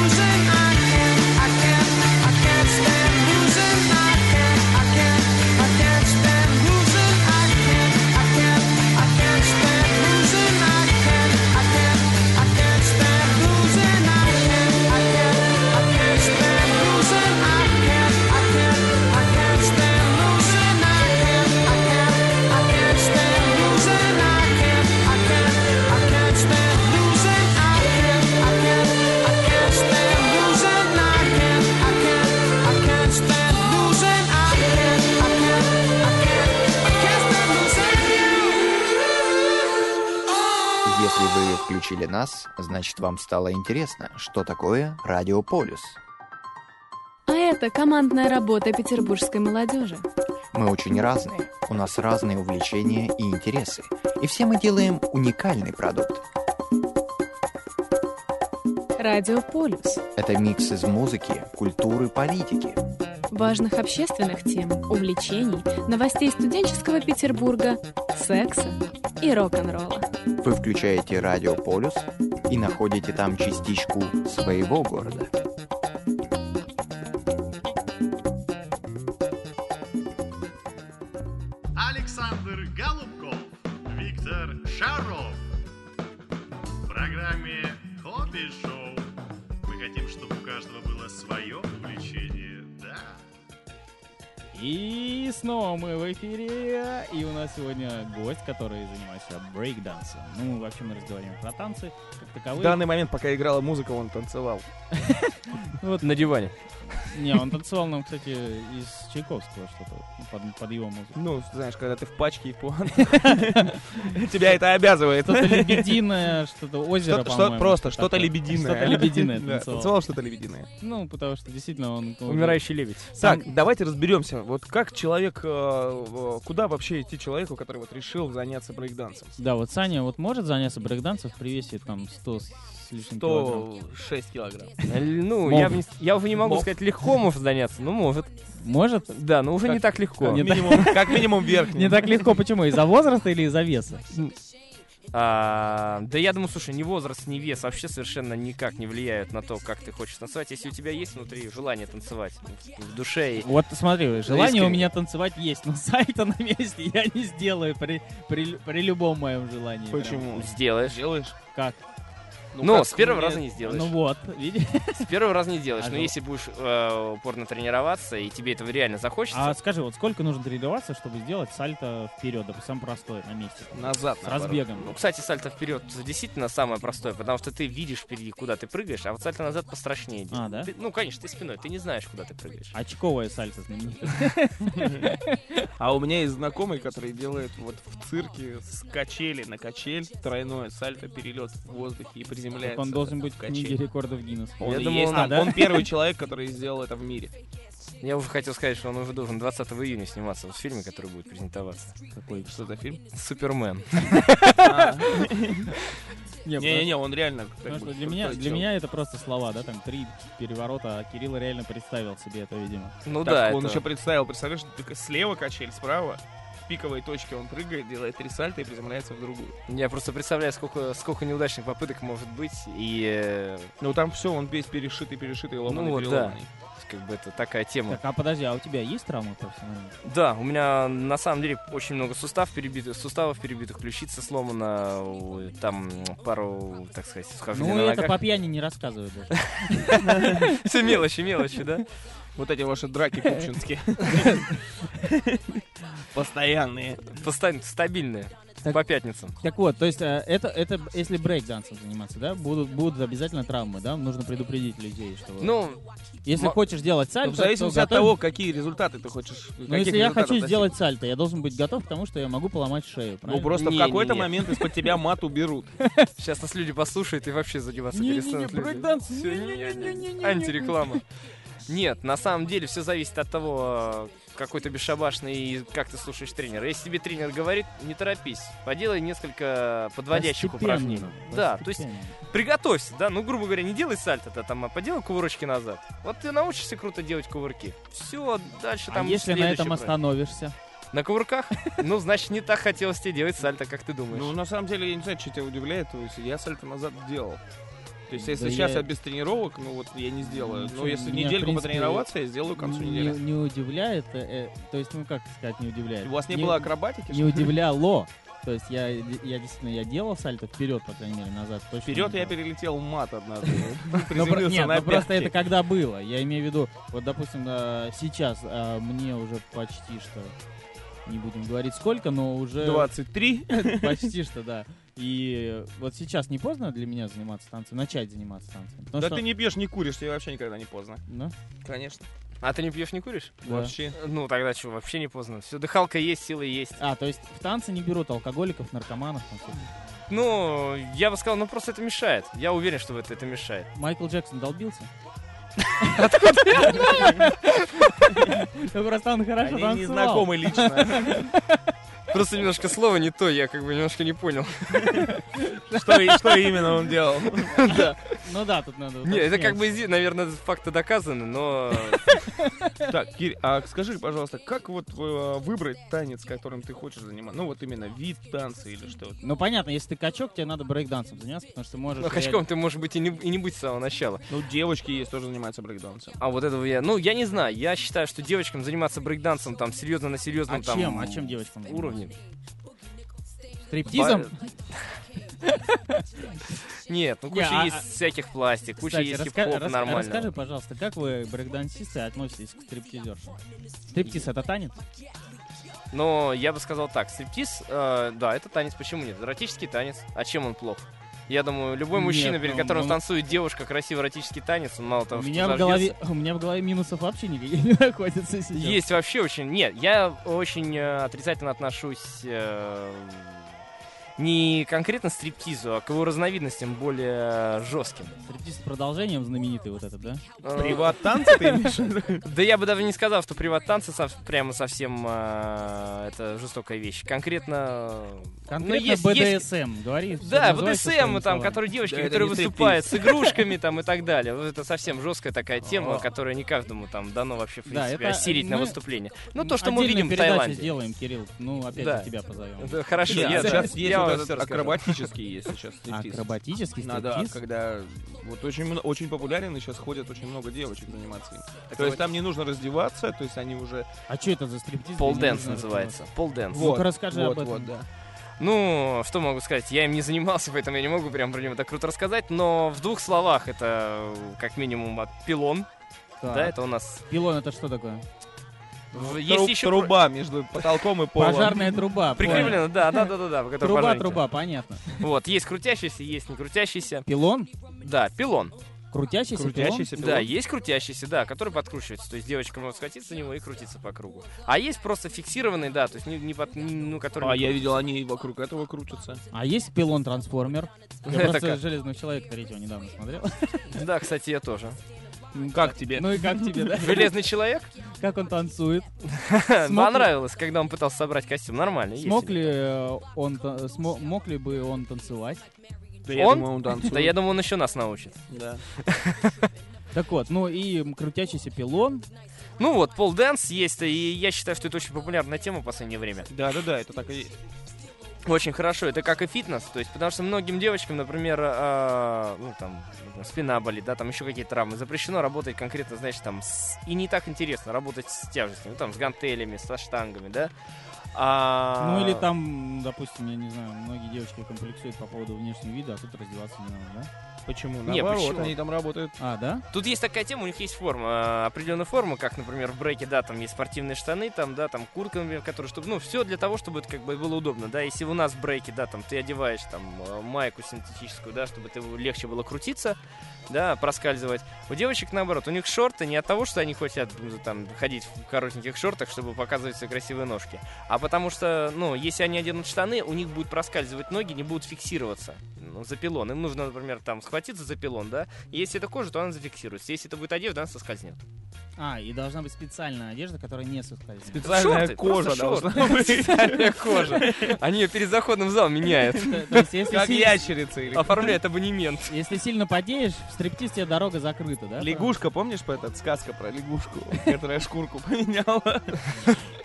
S7: I can't, I can't, I can't stand losing. I can't, I can't, I can't stand losing. I can't, I can't, I can't stand losing. I can't, I can't, I can't stand losing. I can't, I can't, I can't stand losing. I can't, I can't, I can't stand losing. I can't, I can't, I can't stand losing. I can't, I can't, I can't stand losing. I can't, I can't, I can't stand losing. I can't, I can't, I can't stand losing. I can't, I can't, I can't, I can't stand losing you.
S8: Если вы включили нас, значит вам стало интересно, что такое радиополис.
S9: А это командная работа петербургской молодежи.
S8: Мы очень разные, у нас разные увлечения и интересы, и все мы делаем уникальный продукт.
S9: Радиополюс.
S8: Это микс из музыки, культуры, политики.
S9: Важных общественных тем, увлечений, новостей студенческого Петербурга, секса и рок-н-ролла.
S8: Вы включаете радиополис и находите там частичку своего города.
S5: Александр Голубков, Виктор Шаров. В программе Хобби Шоу мы хотим, чтобы у каждого было свое увлечение, да.
S4: И
S2: И снова мы в эфире. И у нас сегодня гость, который занимается брейкдансом. Ну, вообще мы разговариваем про танцы как
S3: В
S2: таковые.
S3: данный момент, пока играла музыка, он танцевал.
S4: Вот на диване.
S2: Не, он танцевал нам, кстати, из Чайковского что-то ну, под, под его музыку.
S3: Ну, знаешь, когда ты в пачке и пуан. Тебя это обязывает.
S2: Что-то лебединое, что-то озеро,
S3: Что-то- что-
S2: по-моему.
S3: просто что-то
S2: такое.
S3: лебединое.
S2: Что-то лебединое
S3: Да,
S2: танцевал.
S3: танцевал что-то лебединое.
S2: Ну, потому что действительно он...
S4: Умирающий лебедь.
S2: Сам-
S3: Так, давайте разберемся. Вот как человек, э, э, куда вообще идти человеку, который вот решил заняться брейкдансом?
S2: Да, вот Саня вот может заняться брейкдансом в привесе там 100 с с лишним килограмм?
S3: 106 килограмм.
S4: Л- Ну,
S2: Мог.
S4: я, бы не с- я уже не могу
S3: Мог.
S4: сказать, легко может заняться, но может.
S2: Может?
S4: Да, но уже
S3: Как-
S4: не так легко.
S3: Как минимум, как минимум верхний.
S2: Не так легко, почему? Из-за возраста или из-за веса?
S4: А, да я думаю, слушай, ни возраст, ни вес вообще совершенно никак не влияют на то, как ты хочешь танцевать. Если у тебя есть внутри желание танцевать ну, в- в душе и
S2: Вот смотри, желание
S4: искренне.
S2: у меня танцевать есть, но сальто на месте я не сделаю при, при, при любом моем желании. прям.
S3: Почему?
S4: сделаешь.
S3: Делаешь?
S2: Как?
S4: Ну,
S3: как
S4: с первого
S3: мне-
S4: раза не сделаешь.
S2: Ну вот, видишь?
S4: С первого раза не делаешь.
S2: А
S4: Но
S2: жел-
S4: если будешь э, упорно тренироваться, и тебе этого реально захочется,
S2: А скажи, вот сколько нужно тренироваться, чтобы сделать сальто вперед, допустим, простой на месте?
S3: Назад,
S2: С
S3: наоборот.
S2: разбегом.
S4: Ну, кстати, сальто вперед действительно самое простое, потому что ты видишь впереди, куда ты прыгаешь, а вот сальто назад пострашнее. идет.
S2: А, да?
S4: Ты- ну, конечно, ты спиной, ты не знаешь, куда ты прыгаешь.
S2: Очковое сальто знаменитое.
S3: А у меня есть знакомый, который делает вот в цирке с качели на качель тройное сальто, перелет в воздухе и
S2: Так
S3: приземляется.
S2: Он должен быть в
S3: качель.
S2: книге рекордов Гиннесса.
S3: Он,
S4: Я
S3: и
S4: думал,
S3: есть
S4: он-
S3: там-
S2: а, да?
S3: он первый человек, который сделал это в мире.
S4: Я уже хотел сказать, что он уже должен 20 июня сниматься вот в фильме, который будет презентоваться.
S3: Какой? Что за фильм?
S4: Супермен.
S3: Не-не-не, он реально... как
S2: Потому
S3: бы
S2: что для меня,
S3: крутой
S2: для
S3: чел.
S2: меня это просто слова, да, там три переворота, а Кирилл реально представил себе это, видимо.
S4: Ну
S3: Так,
S4: да,
S3: он
S4: это-
S3: еще представил, представляешь, ты слева качель, справа, в пиковой точке он прыгает, делает три сальта и приземляется в другую.
S4: я просто представляю, сколько, сколько неудачных попыток может быть, и э,
S3: Ну там все, он весь перешитый, перешитый, ломаный,
S4: Ну вот, да.
S3: переломанный.
S4: как бы это такая тема.
S2: Так, а подожди, а у тебя есть травма профессиональная?
S4: Да, у меня на самом деле очень много сустав перебитых, суставов перебитых, ключица сломана, у- там м, пару, так сказать, схождений
S2: Ну,
S4: на
S2: это
S4: ногах.
S2: по пьяни не рассказывают даже.
S4: Все мелочи, мелочи, да?
S3: Вот эти ваши драки купчинские. Постоянные.
S4: Постоянно стабильные.
S2: Так-
S4: По пятницам.
S2: Так вот, то есть э, это, это если брейк-дансом заниматься, да, будут, будут обязательно травмы, да, нужно предупредить людей, что вот
S4: Ну,
S2: если
S4: ма-
S2: хочешь делать сальто,
S3: ну, В зависимости
S2: то
S3: от
S2: готовь-
S3: того, какие результаты ты хочешь.
S2: Ну,
S3: каких
S2: если я
S3: результатов
S2: хочу
S3: достиг.
S2: сделать сальто, я должен быть готов к тому, что я могу поломать шею,
S3: Ну
S2: правильно?
S3: просто в
S4: Не-не-не.
S3: какой-то момент из-под тебя мат уберут.
S4: сейчас нас люди послушают и вообще заниматься
S2: Не-не-не,
S4: перестанут люди.
S2: брейк-данс,
S4: Всё,
S2: не-не-не-не-не-не.
S4: Антиреклама. Нет, на самом деле все зависит от того, э, какой ты бесшабашный и как ты слушаешь тренера. Если тебе тренер говорит, не торопись, поделай несколько подводящих
S2: Постепенно, А
S4: упражнений. Да, то есть
S2: постепенно.
S4: приготовься, да, ну, грубо говоря, не делай сальто-то там, а поделай кувырочки назад. Вот ты научишься круто делать кувырки. Все, дальше
S2: А
S4: там
S2: если на
S4: следующий
S2: этом
S4: проект.
S2: остановишься?
S4: На кувырках? Ну, значит, не так хотелось тебе делать сальто, как ты думаешь.
S3: Ну на самом деле я не знаю, что тебя удивляет, то есть я сальто назад делал. То есть если
S2: Да
S3: сейчас
S2: я-
S3: я без тренировок, ну вот я не сделаю.
S2: Ничего,
S3: Но
S2: меня,
S3: если
S2: в
S3: недельку
S2: принципе, Ну,
S3: потренироваться, я сделаю к концу
S2: не,
S3: недели.
S2: не удивляет, э, э, то есть, ну как сказать, не удивляет.
S3: У вас не было акробатики?
S2: Не удивляло. То есть я, я действительно я делал сальто вперед, по крайней мере, назад. Точно
S3: Вперед
S2: не
S3: я
S2: делал.
S3: перелетел мат однажды.
S2: Ну, про-
S3: Приземлился
S2: нет,
S3: на
S2: ну просто это
S3: пятки.
S2: когда было. Я имею в виду, вот, допустим, э, сейчас э, мне уже почти что, не будем говорить сколько, но уже
S3: 23.
S2: почти что, да. И вот сейчас не поздно для меня заниматься танцем, начать заниматься танцем. Потому
S3: Да
S2: Ну, что-
S3: ты не пьешь, не куришь, тебе вообще никогда не поздно.
S2: Ну,
S3: Конечно.
S4: А ты не пьешь, не куришь?
S2: да.
S3: Вообще.
S4: Ну, тогда что, вообще не поздно. Все, дыхалка есть, силы есть.
S2: А, то есть в танцы не берут алкоголиков, наркоманов. там всяких.
S4: Ну, я бы сказал, ну, просто это мешает. Я уверен, что это, это мешает.
S2: Майкл Джексон долбился? Откуда? Просто он хорошо
S3: Они не
S2: танцевал.
S3: знакомы лично.
S4: Просто немножко слово не то, я как бы немножко не понял.
S3: Что и- что именно он делал?
S2: Ну да, тут надо...
S4: Не, это как
S2: уточнять.
S4: бы, изи- наверное, факты доказаны, но...
S3: Так, Кирь, а скажи, пожалуйста, как вот э, выбрать танец, которым ты хочешь заниматься? Ну вот именно вид танца или что?
S2: Ну понятно, если ты качок, тебе надо брейкдансом заняться, потому что можешь...
S4: Ну, качком ты, может быть, и не, и не быть с самого начала.
S3: Ну, девочки есть, тоже занимаются брейкдансом.
S4: А вот этого я... Ну, я не знаю. Я считаю, что девочкам заниматься брейкдансом там серьезно на серьезном
S2: А
S4: там...
S2: чем? А чем девочкам заниматься?
S4: Уровне.
S2: Стриптизом?
S4: Ба- Нет, ну
S2: Не,
S4: куча
S2: а- а-
S4: есть всяких пластик, куча
S2: Кстати,
S4: есть
S2: раска-
S4: хип-хоп
S2: рас- Расскажи,
S4: нормального.
S2: пожалуйста, как вы, брейкдансисты, относитесь к стриптизершам? Стриптиз — это танец?
S4: Но я бы сказал так, стриптиз, э, да, это танец, почему нет? Эротический танец, а чем он плох? Я думаю, любой
S2: Нет,
S4: мужчина, перед
S2: ну,
S4: которым
S2: ну-
S4: танцует девушка красивый эротический танец, он мало
S2: у,
S4: того,
S2: меня
S4: что
S2: в голове,
S4: зажгётся.
S2: у меня в голове минусов вообще никаких не находится сейчас.
S4: Есть вообще очень... Нет, я очень э, отрицательно отношусь э, не конкретно стриптизу, а к его разновидностям более жестким.
S2: Стриптиз с продолжением знаменитый вот этот, да?
S3: Приват-танцы ты имеешь в виду?
S4: Да я бы даже не сказал, что приват-танцы сов- прямо совсем э, это жестокая вещь. Конкретно... э,
S2: Конкретно
S4: ну, есть- есть-
S2: BDSM, говори. всё,
S4: Да,
S2: называй всё своими
S4: БДСМ, там,
S2: словами.
S4: которые девочки,
S3: Да, это
S4: которые
S3: не
S4: выступают с игрушками там и так далее. Вот это совсем жесткая такая тема,
S2: О.
S4: которая не каждому там дано вообще, в
S2: Да,
S4: принципе,
S2: это
S4: осилить на
S2: мы-
S4: выступление. Ну, то, что мы
S2: Отдельную
S4: видим в
S2: передачу
S4: Таиланде.
S2: сделаем, Кирилл. Ну, опять
S4: Да.
S2: же тебя позовем.
S4: Да, Хорошо,
S3: Нет,
S4: я
S3: сейчас
S4: я
S3: есть вот
S4: вам это
S3: этот
S4: расскажу.
S3: акробатический есть сейчас стриптиз.
S2: Акробатический
S3: Надо,
S2: стриптиз?
S3: когда вот очень, мно- очень популярен, и сейчас ходят очень много девочек заниматься им.
S4: Так
S3: то
S4: вот,
S3: есть там не нужно раздеваться, то есть они уже...
S2: А что это за стриптиз?
S4: Пол
S2: Я не
S4: дэнс
S2: знаю,
S4: называется. Пол дэнс.
S2: Вот. Ну-ка, расскажи
S3: вот,
S2: об этом.
S3: Вот, да.
S4: Ну, что могу сказать? Я им не занимался, поэтому я не могу прям про него так круто рассказать, но в двух словах это э, как минимум от пилон.
S2: что это.
S4: Да,
S2: Так.
S4: это у нас...
S2: Пилон это что такое?
S4: в-
S3: Тру-
S4: Есть еще...
S3: Труба между потолком и полом.
S2: Пожарная труба. понял.
S4: Прикреплена, да, да, да, да, да. которая
S2: Труба,
S4: пожарники.
S2: труба, понятно.
S4: Вот, есть крутящийся, есть не крутящийся.
S2: Пилон?
S4: Да, пилон.
S2: Крутящийся,
S3: Крутящийся
S4: Да,
S3: пилон.
S4: есть крутящийся, да, который подкручивается. То есть девочка может схватиться за него и крутиться по кругу. А есть просто фиксированный, да, то есть не, не под, не- ну, который...
S3: А
S4: не
S3: я
S4: крутится.
S3: видел, они вокруг этого крутятся.
S2: пилон? А есть пилон-трансформер? Я
S4: Это
S2: просто
S4: как?
S2: «Железного человека» третьего недавно смотрел.
S4: Да, кстати, я тоже.
S3: Как тебе?
S2: Ну и как тебе, да?
S4: Железный человек?
S2: Как он танцует? ли-
S4: Понравилось, когда он пытался собрать костюм. Нормально. есть
S2: Смог
S4: себе.
S2: ли э, он, та- смо- мог ли бы он танцевать?
S3: Да я
S4: он?
S3: думаю, он танцует.
S4: Да я думаю, он еще нас научит.
S3: Да.
S2: Так вот, ну и м, крутящийся пилон.
S4: Ну вот, пол дэнс есть, и я считаю, что это очень популярная тема в последнее время.
S3: Да, да, да, это так и есть.
S4: Очень хорошо, это как и фитнес, то есть, потому что многим девочкам, например, э, ну там например, спина болит, да, там еще какие-то травмы, запрещено работать конкретно, значит, там с- и не так интересно работать с тяжестями, ну, там с гантелями, со штангами, да. А-
S2: Ну или там, допустим, я не знаю, многие девочки комплексуют по поводу внешнего вида, а тут раздеваться не надо, да?
S3: Почему?
S4: Не,
S3: Наоборот,
S4: почему?
S3: они там работают.
S2: А, да?
S4: Тут есть такая тема, у них есть форма, э, определенная форма, как, например, в брейке, да, там есть спортивные штаны, там, да, там куртка, например, которые, чтобы, ну, все для того, чтобы это как бы было удобно, да, если у нас в брейке, да, там, ты одеваешь, там, э, майку синтетическую, да, чтобы это легче было крутиться, да, проскальзывать. У девочек, наоборот, у них шорты не от того, что они хотят, м, там, ходить в коротеньких шортах, чтобы показывать свои красивые ножки, а потому что, ну, если они оденут штаны, у них будут проскальзывать ноги, не будут фиксироваться ну, за пилон. Им нужно, например, там, схватиться за пилон, да, если это кожа, то она зафиксируется. Если это будет одежда, она соскользнет.
S2: А, и должна быть специальная одежда, которая не соскользнет.
S3: Специальная
S4: Шорты,
S3: кожа
S4: просто шорты.
S3: должна быть.
S4: Специальная кожа. Они ее перед заходом в зал меняют.
S2: То то есть, если
S3: Как
S2: сильно-
S3: ящерица или
S4: Оформляют абонемент.
S2: Если сильно подеешь, в стриптиз тебе дорога закрыта, да?
S3: Лягушка, помнишь по этот сказка про лягушку, которая шкурку поменяла?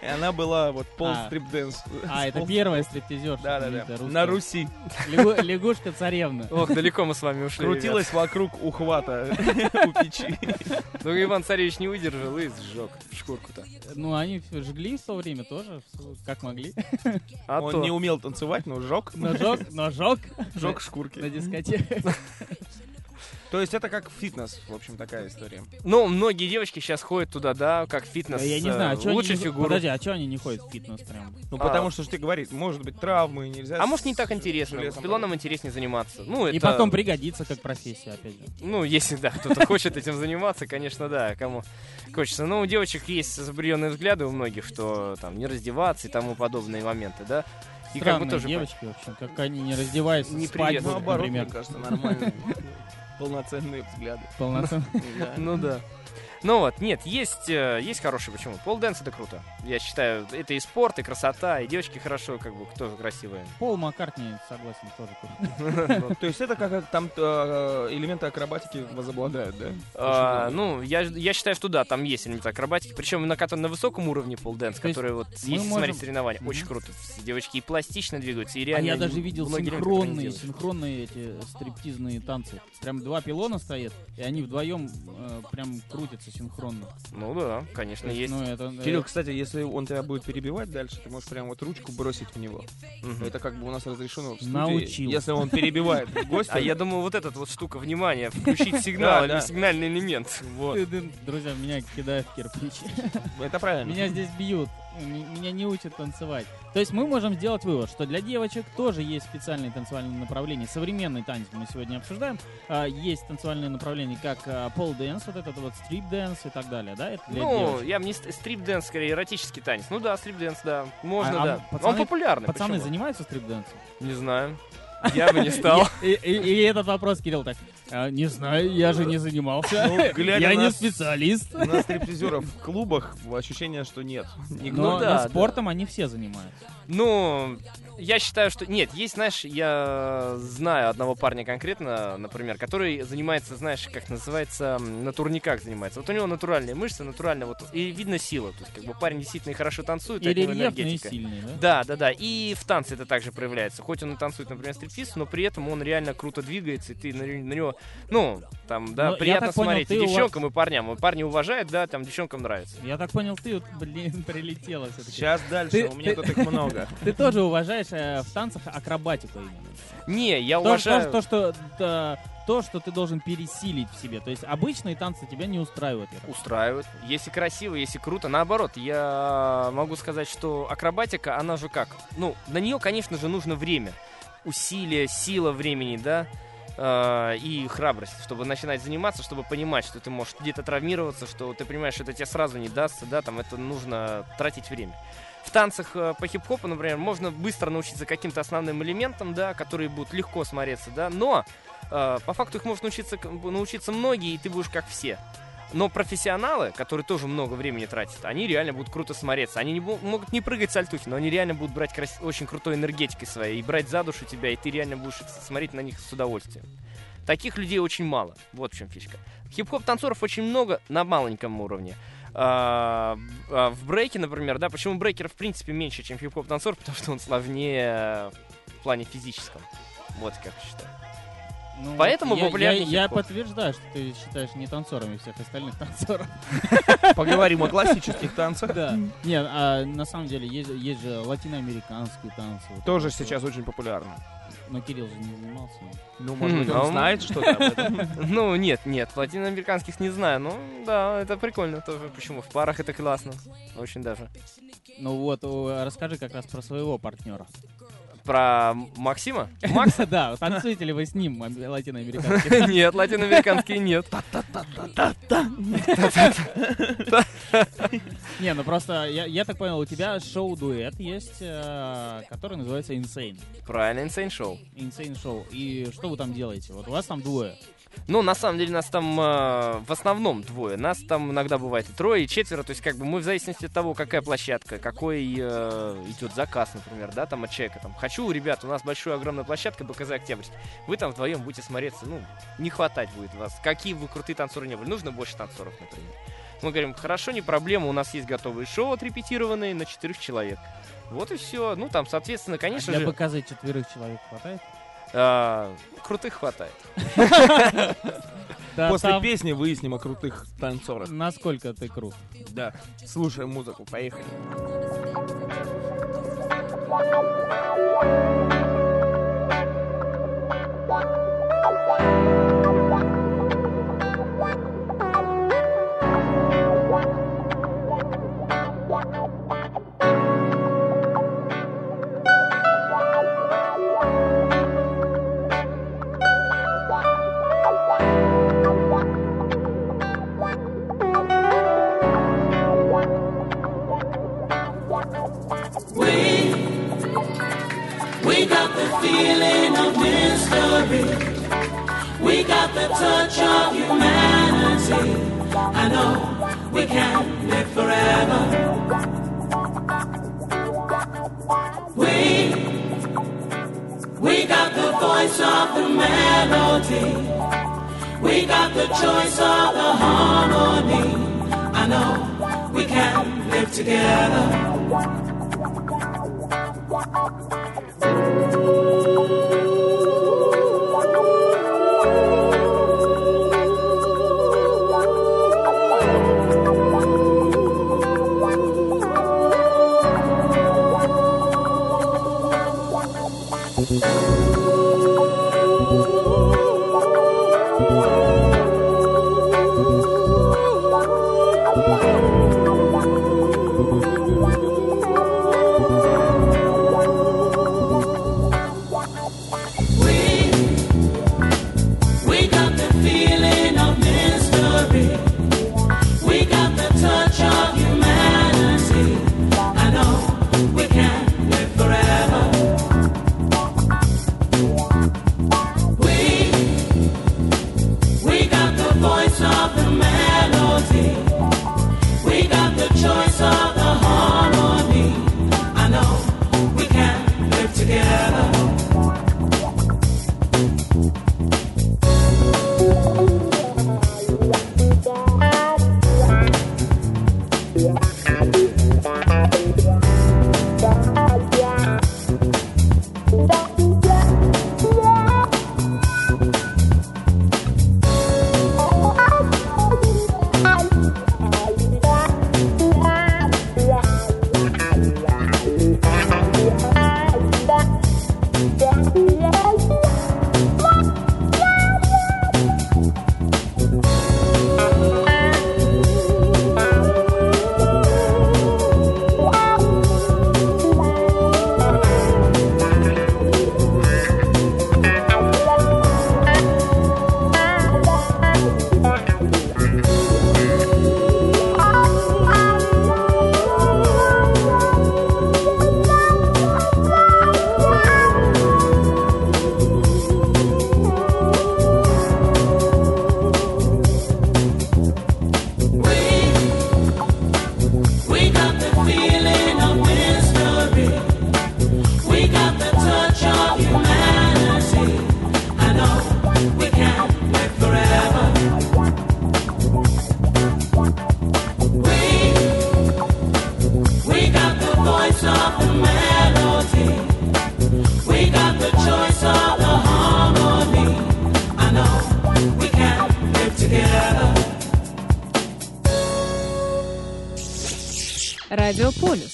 S3: И она была вот пол
S2: А.
S3: стрип-дэнс.
S2: А, это первая стриптизерша.
S3: Да, да,
S2: знаменитая
S3: да.
S2: русская.
S3: На Руси.
S2: Лягу- Лягушка царевна.
S4: Ох, далеко мы с вами ушли.
S3: Крутилась вокруг ухвата у печи.
S4: ребят. Ну, Иван Царевич не выдержал и сжег шкурку-то.
S2: Ну, они всё жгли в то время тоже, как могли.
S4: А
S3: Он
S4: то.
S3: не умел танцевать, но жег.
S2: Ножок, ножок
S3: Жег
S2: на
S3: шкурки.
S2: дискотеке.
S3: То есть это как фитнес, в общем, такая история.
S4: Ну, многие девочки сейчас ходят туда, да, как фитнес.
S2: Я не
S4: э,
S2: знаю, а чё они
S4: Лучше
S2: не-
S4: фигуру.
S2: Подожди, а что они не ходят в фитнес прям?
S3: Ну,
S4: А.
S3: потому что, что ты говоришь, может быть, травмы, нельзя...
S4: А
S3: с-
S4: может не так
S3: с
S4: интересно,
S3: железом
S4: с пилоном интереснее заниматься. Ну, это...
S2: И потом пригодится как профессия, опять же.
S4: Ну, если, да, кто-то хочет этим заниматься, конечно, да, кому хочется. Ну, у девочек есть запрещенные взгляды у многих, что там не раздеваться и тому подобные моменты, да. И как бы
S2: Странные
S4: тоже...
S2: девочки, в общем, как они не раздеваются,
S4: Не
S2: спать
S4: привет.
S2: будут,
S3: Наоборот,
S2: например,
S3: мне кажется, нормальные, полноценные взгляды.
S2: полноценно.
S3: Да.
S4: Ну да. Ну вот, нет, есть, э, есть хороший, почему? Пол дэнс это круто. Я считаю, это и спорт, и красота, и девочки хорошо, как бы, кто красивые.
S2: Пол Маккартни, согласен, тоже. круто.
S3: То есть это как там э, элементы акробатики возобладают, да?
S4: А, ну, я, я считаю, что да, там есть элементы акробатики, причем на, кото- на высоком уровне пол дэнс,
S2: То есть
S4: который вот,
S2: мы
S4: если смотреть
S2: можем-
S4: соревнования,
S2: Мгм.
S4: очень круто. Девочки и пластично двигаются, и
S2: А
S4: реально...
S2: я даже видел
S4: многие элементы, которые они
S2: синхронные,
S4: делают.
S2: синхронные эти стриптизные танцы. Прям два пилона стоят, и они вдвоем э, прям крутятся синхронно.
S4: Ну да, конечно,
S2: То есть,
S4: есть.
S2: Ну, это, э,
S3: Кирилл, кстати, если он тебя будет перебивать дальше, ты можешь прям вот ручку бросить в него.
S2: ну,
S4: Мгм.
S3: Это как бы у нас разрешено в студии.
S2: Научил.
S3: Если он перебивает гостя,
S4: А я думаю, вот этот вот штука, внимание, включить сигнал,
S3: Да, да.
S4: сигнальный элемент.
S3: Вот,
S2: ты- ты- Друзья, меня кидают в кирпич.
S3: это правильно.
S2: Меня здесь бьют, м- меня не учат танцевать. То есть мы можем сделать вывод, что для девочек тоже есть специальные танцевальные направления. Современный танец мы сегодня обсуждаем. А, Есть танцевальные направления, как пол дэнс вот этот вот стрип-дэнс и так далее, да? Это для
S4: Ну,
S2: девочек.
S4: я мне стрип-дэнс, скорее, эротический танец. Ну да, стрип-дэнс, да. Можно,
S2: А- а
S4: да.
S2: пацаны-
S4: Он популярный.
S2: Пацаны
S4: почему?
S2: занимаются стрип-дэнсом?
S4: Не знаю. Я бы не стал.
S2: И, и- и этот вопрос, Кирилл, так, «А, не знаю, я же не занимался.
S3: Ну, глядя
S2: Я
S3: на
S2: не
S3: с-
S2: специалист.
S3: У нас стриптизеров в клубах ощущение, что нет. Никто-
S2: Но,
S4: ну да,
S2: но
S4: да.
S2: спортом они все занимаются.
S4: Ну, я считаю, что... Нет, есть, знаешь, я знаю одного парня конкретно, например, который занимается, знаешь, как называется, м, на турниках занимается. Вот у него натуральные мышцы, натурально вот... И видно сила. То есть, как бы парень действительно и хорошо танцует,
S2: И
S4: от него
S2: рельефные, и
S4: энергетика.
S2: сильные, да?
S4: Да, да, да. И в танце это также проявляется. Хоть он и танцует, например, стриптиз, но при этом он реально круто двигается, и ты на, на него, ну, там, да,
S2: Ну, я
S4: приятно
S2: так понял,
S4: смотреть. И
S2: ты у вас-
S4: девчонкам и парням. И парни уважают, да, там девчонкам нравится.
S2: Я так понял, ты, вот, блин, прилетела все-таки.
S3: Сейчас дальше,
S2: Ты-
S3: у меня тут их много.
S2: Ты тоже уважаешь э, в танцах акробатику именно.
S4: Не, я
S2: То, что-
S4: уважаю.
S2: то, что, да, то, что ты должен пересилить в себе. То есть обычные танцы тебя не устраивают. я так
S4: устраивает. Если красиво, если круто. Наоборот, я могу сказать, что акробатика, она же как? Ну, на нее, конечно же, нужно время. Усилие, сила времени, да? э, и храбрость, чтобы начинать заниматься, чтобы понимать, что ты можешь где-то травмироваться, что ты понимаешь, это тебе сразу не дастся, да, там это нужно тратить время. В танцах э, по хип-хопу, например, можно быстро научиться каким-то основным элементам, да, которые будут легко смотреться, да, но э, по факту их может научиться, как бы, научиться многие, и ты будешь как все. Но профессионалы, которые тоже много времени тратят, они реально будут круто смотреться. Они не бу- могут не прыгать сальтухи, но они реально будут брать крас- очень крутой энергетикой своей и брать за душу тебя, и ты реально будешь смотреть на них с удовольствием. Таких людей очень мало. Вот в чем фишка. Хип-хоп танцоров очень много на маленьком уровне. А, в- а, в брейке, например, да, почему брейкер в принципе меньше, чем хип-хоп танцор, потому что он сложнее э, в плане физическом. Вот как я считаю.
S2: понимаю. Ну,
S4: Поэтому
S2: я- я-
S4: популярный
S2: Я,
S4: хип-хоп.
S2: подтверждаю, что ты считаешь не танцорами всех остальных танцоров.
S3: Поговорим о классических танцах.
S2: Да. Не, а на самом деле есть, же- есть же латиноамериканские танцы. вот
S3: Тоже
S2: это всё.
S3: сейчас очень популярно.
S2: Но Кирилл же не занимался. ими.
S3: Ну, может быть,
S4: М,
S3: он
S4: а он-
S3: знает что-то об этом.
S4: Ну, нет, нет, латиноамериканских не знаю, но да, это прикольно тоже. Почему? В парах это классно. Очень даже.
S2: Ну вот, о, расскажи как раз про своего партнера.
S4: Про Максима?
S2: Макс, да, танцуете ли вы с ним а, латиноамериканские?
S4: Нет, латиноамериканские нет.
S2: Не, ну просто, я, я так понял, у тебя шоу-дуэт есть, э, который называется Insane.
S4: Правильно, Insane Show.
S2: Insane Show. И что вы там делаете? Вот у вас там двое.
S4: Ну, на самом деле, нас там э, в основном двое. Нас там иногда бывает и трое, и четверо. То есть, как бы мы в зависимости от того, какая площадка, какой э, идет заказ, например, да, там от человека. Там, хочу, ребят, у нас большая огромная площадка БКЗ Октябрьск. Вы там вдвоем будете смотреться, ну, не хватать будет вас. Какие вы крутые танцоры не были, нужно больше танцоров, например. Мы говорим, хорошо, не проблема, у нас есть готовые шоу отрепетированные на четырех человек. Вот и все. Ну, там, соответственно, конечно
S2: А Для
S4: же,
S2: БКЗ четверых человек хватает.
S4: э, крутых хватает.
S2: Да,
S3: После
S2: там
S3: песни выясним о крутых танцорах.
S2: Насколько ты крут.
S3: Да. Слушаем музыку, поехали.
S7: We got the feeling of mystery. We got the touch of humanity. I know we can live forever. We, we got the voice of the melody. We got the choice of the harmony. I know we can live together.
S1: Thank
S9: Радиополюс.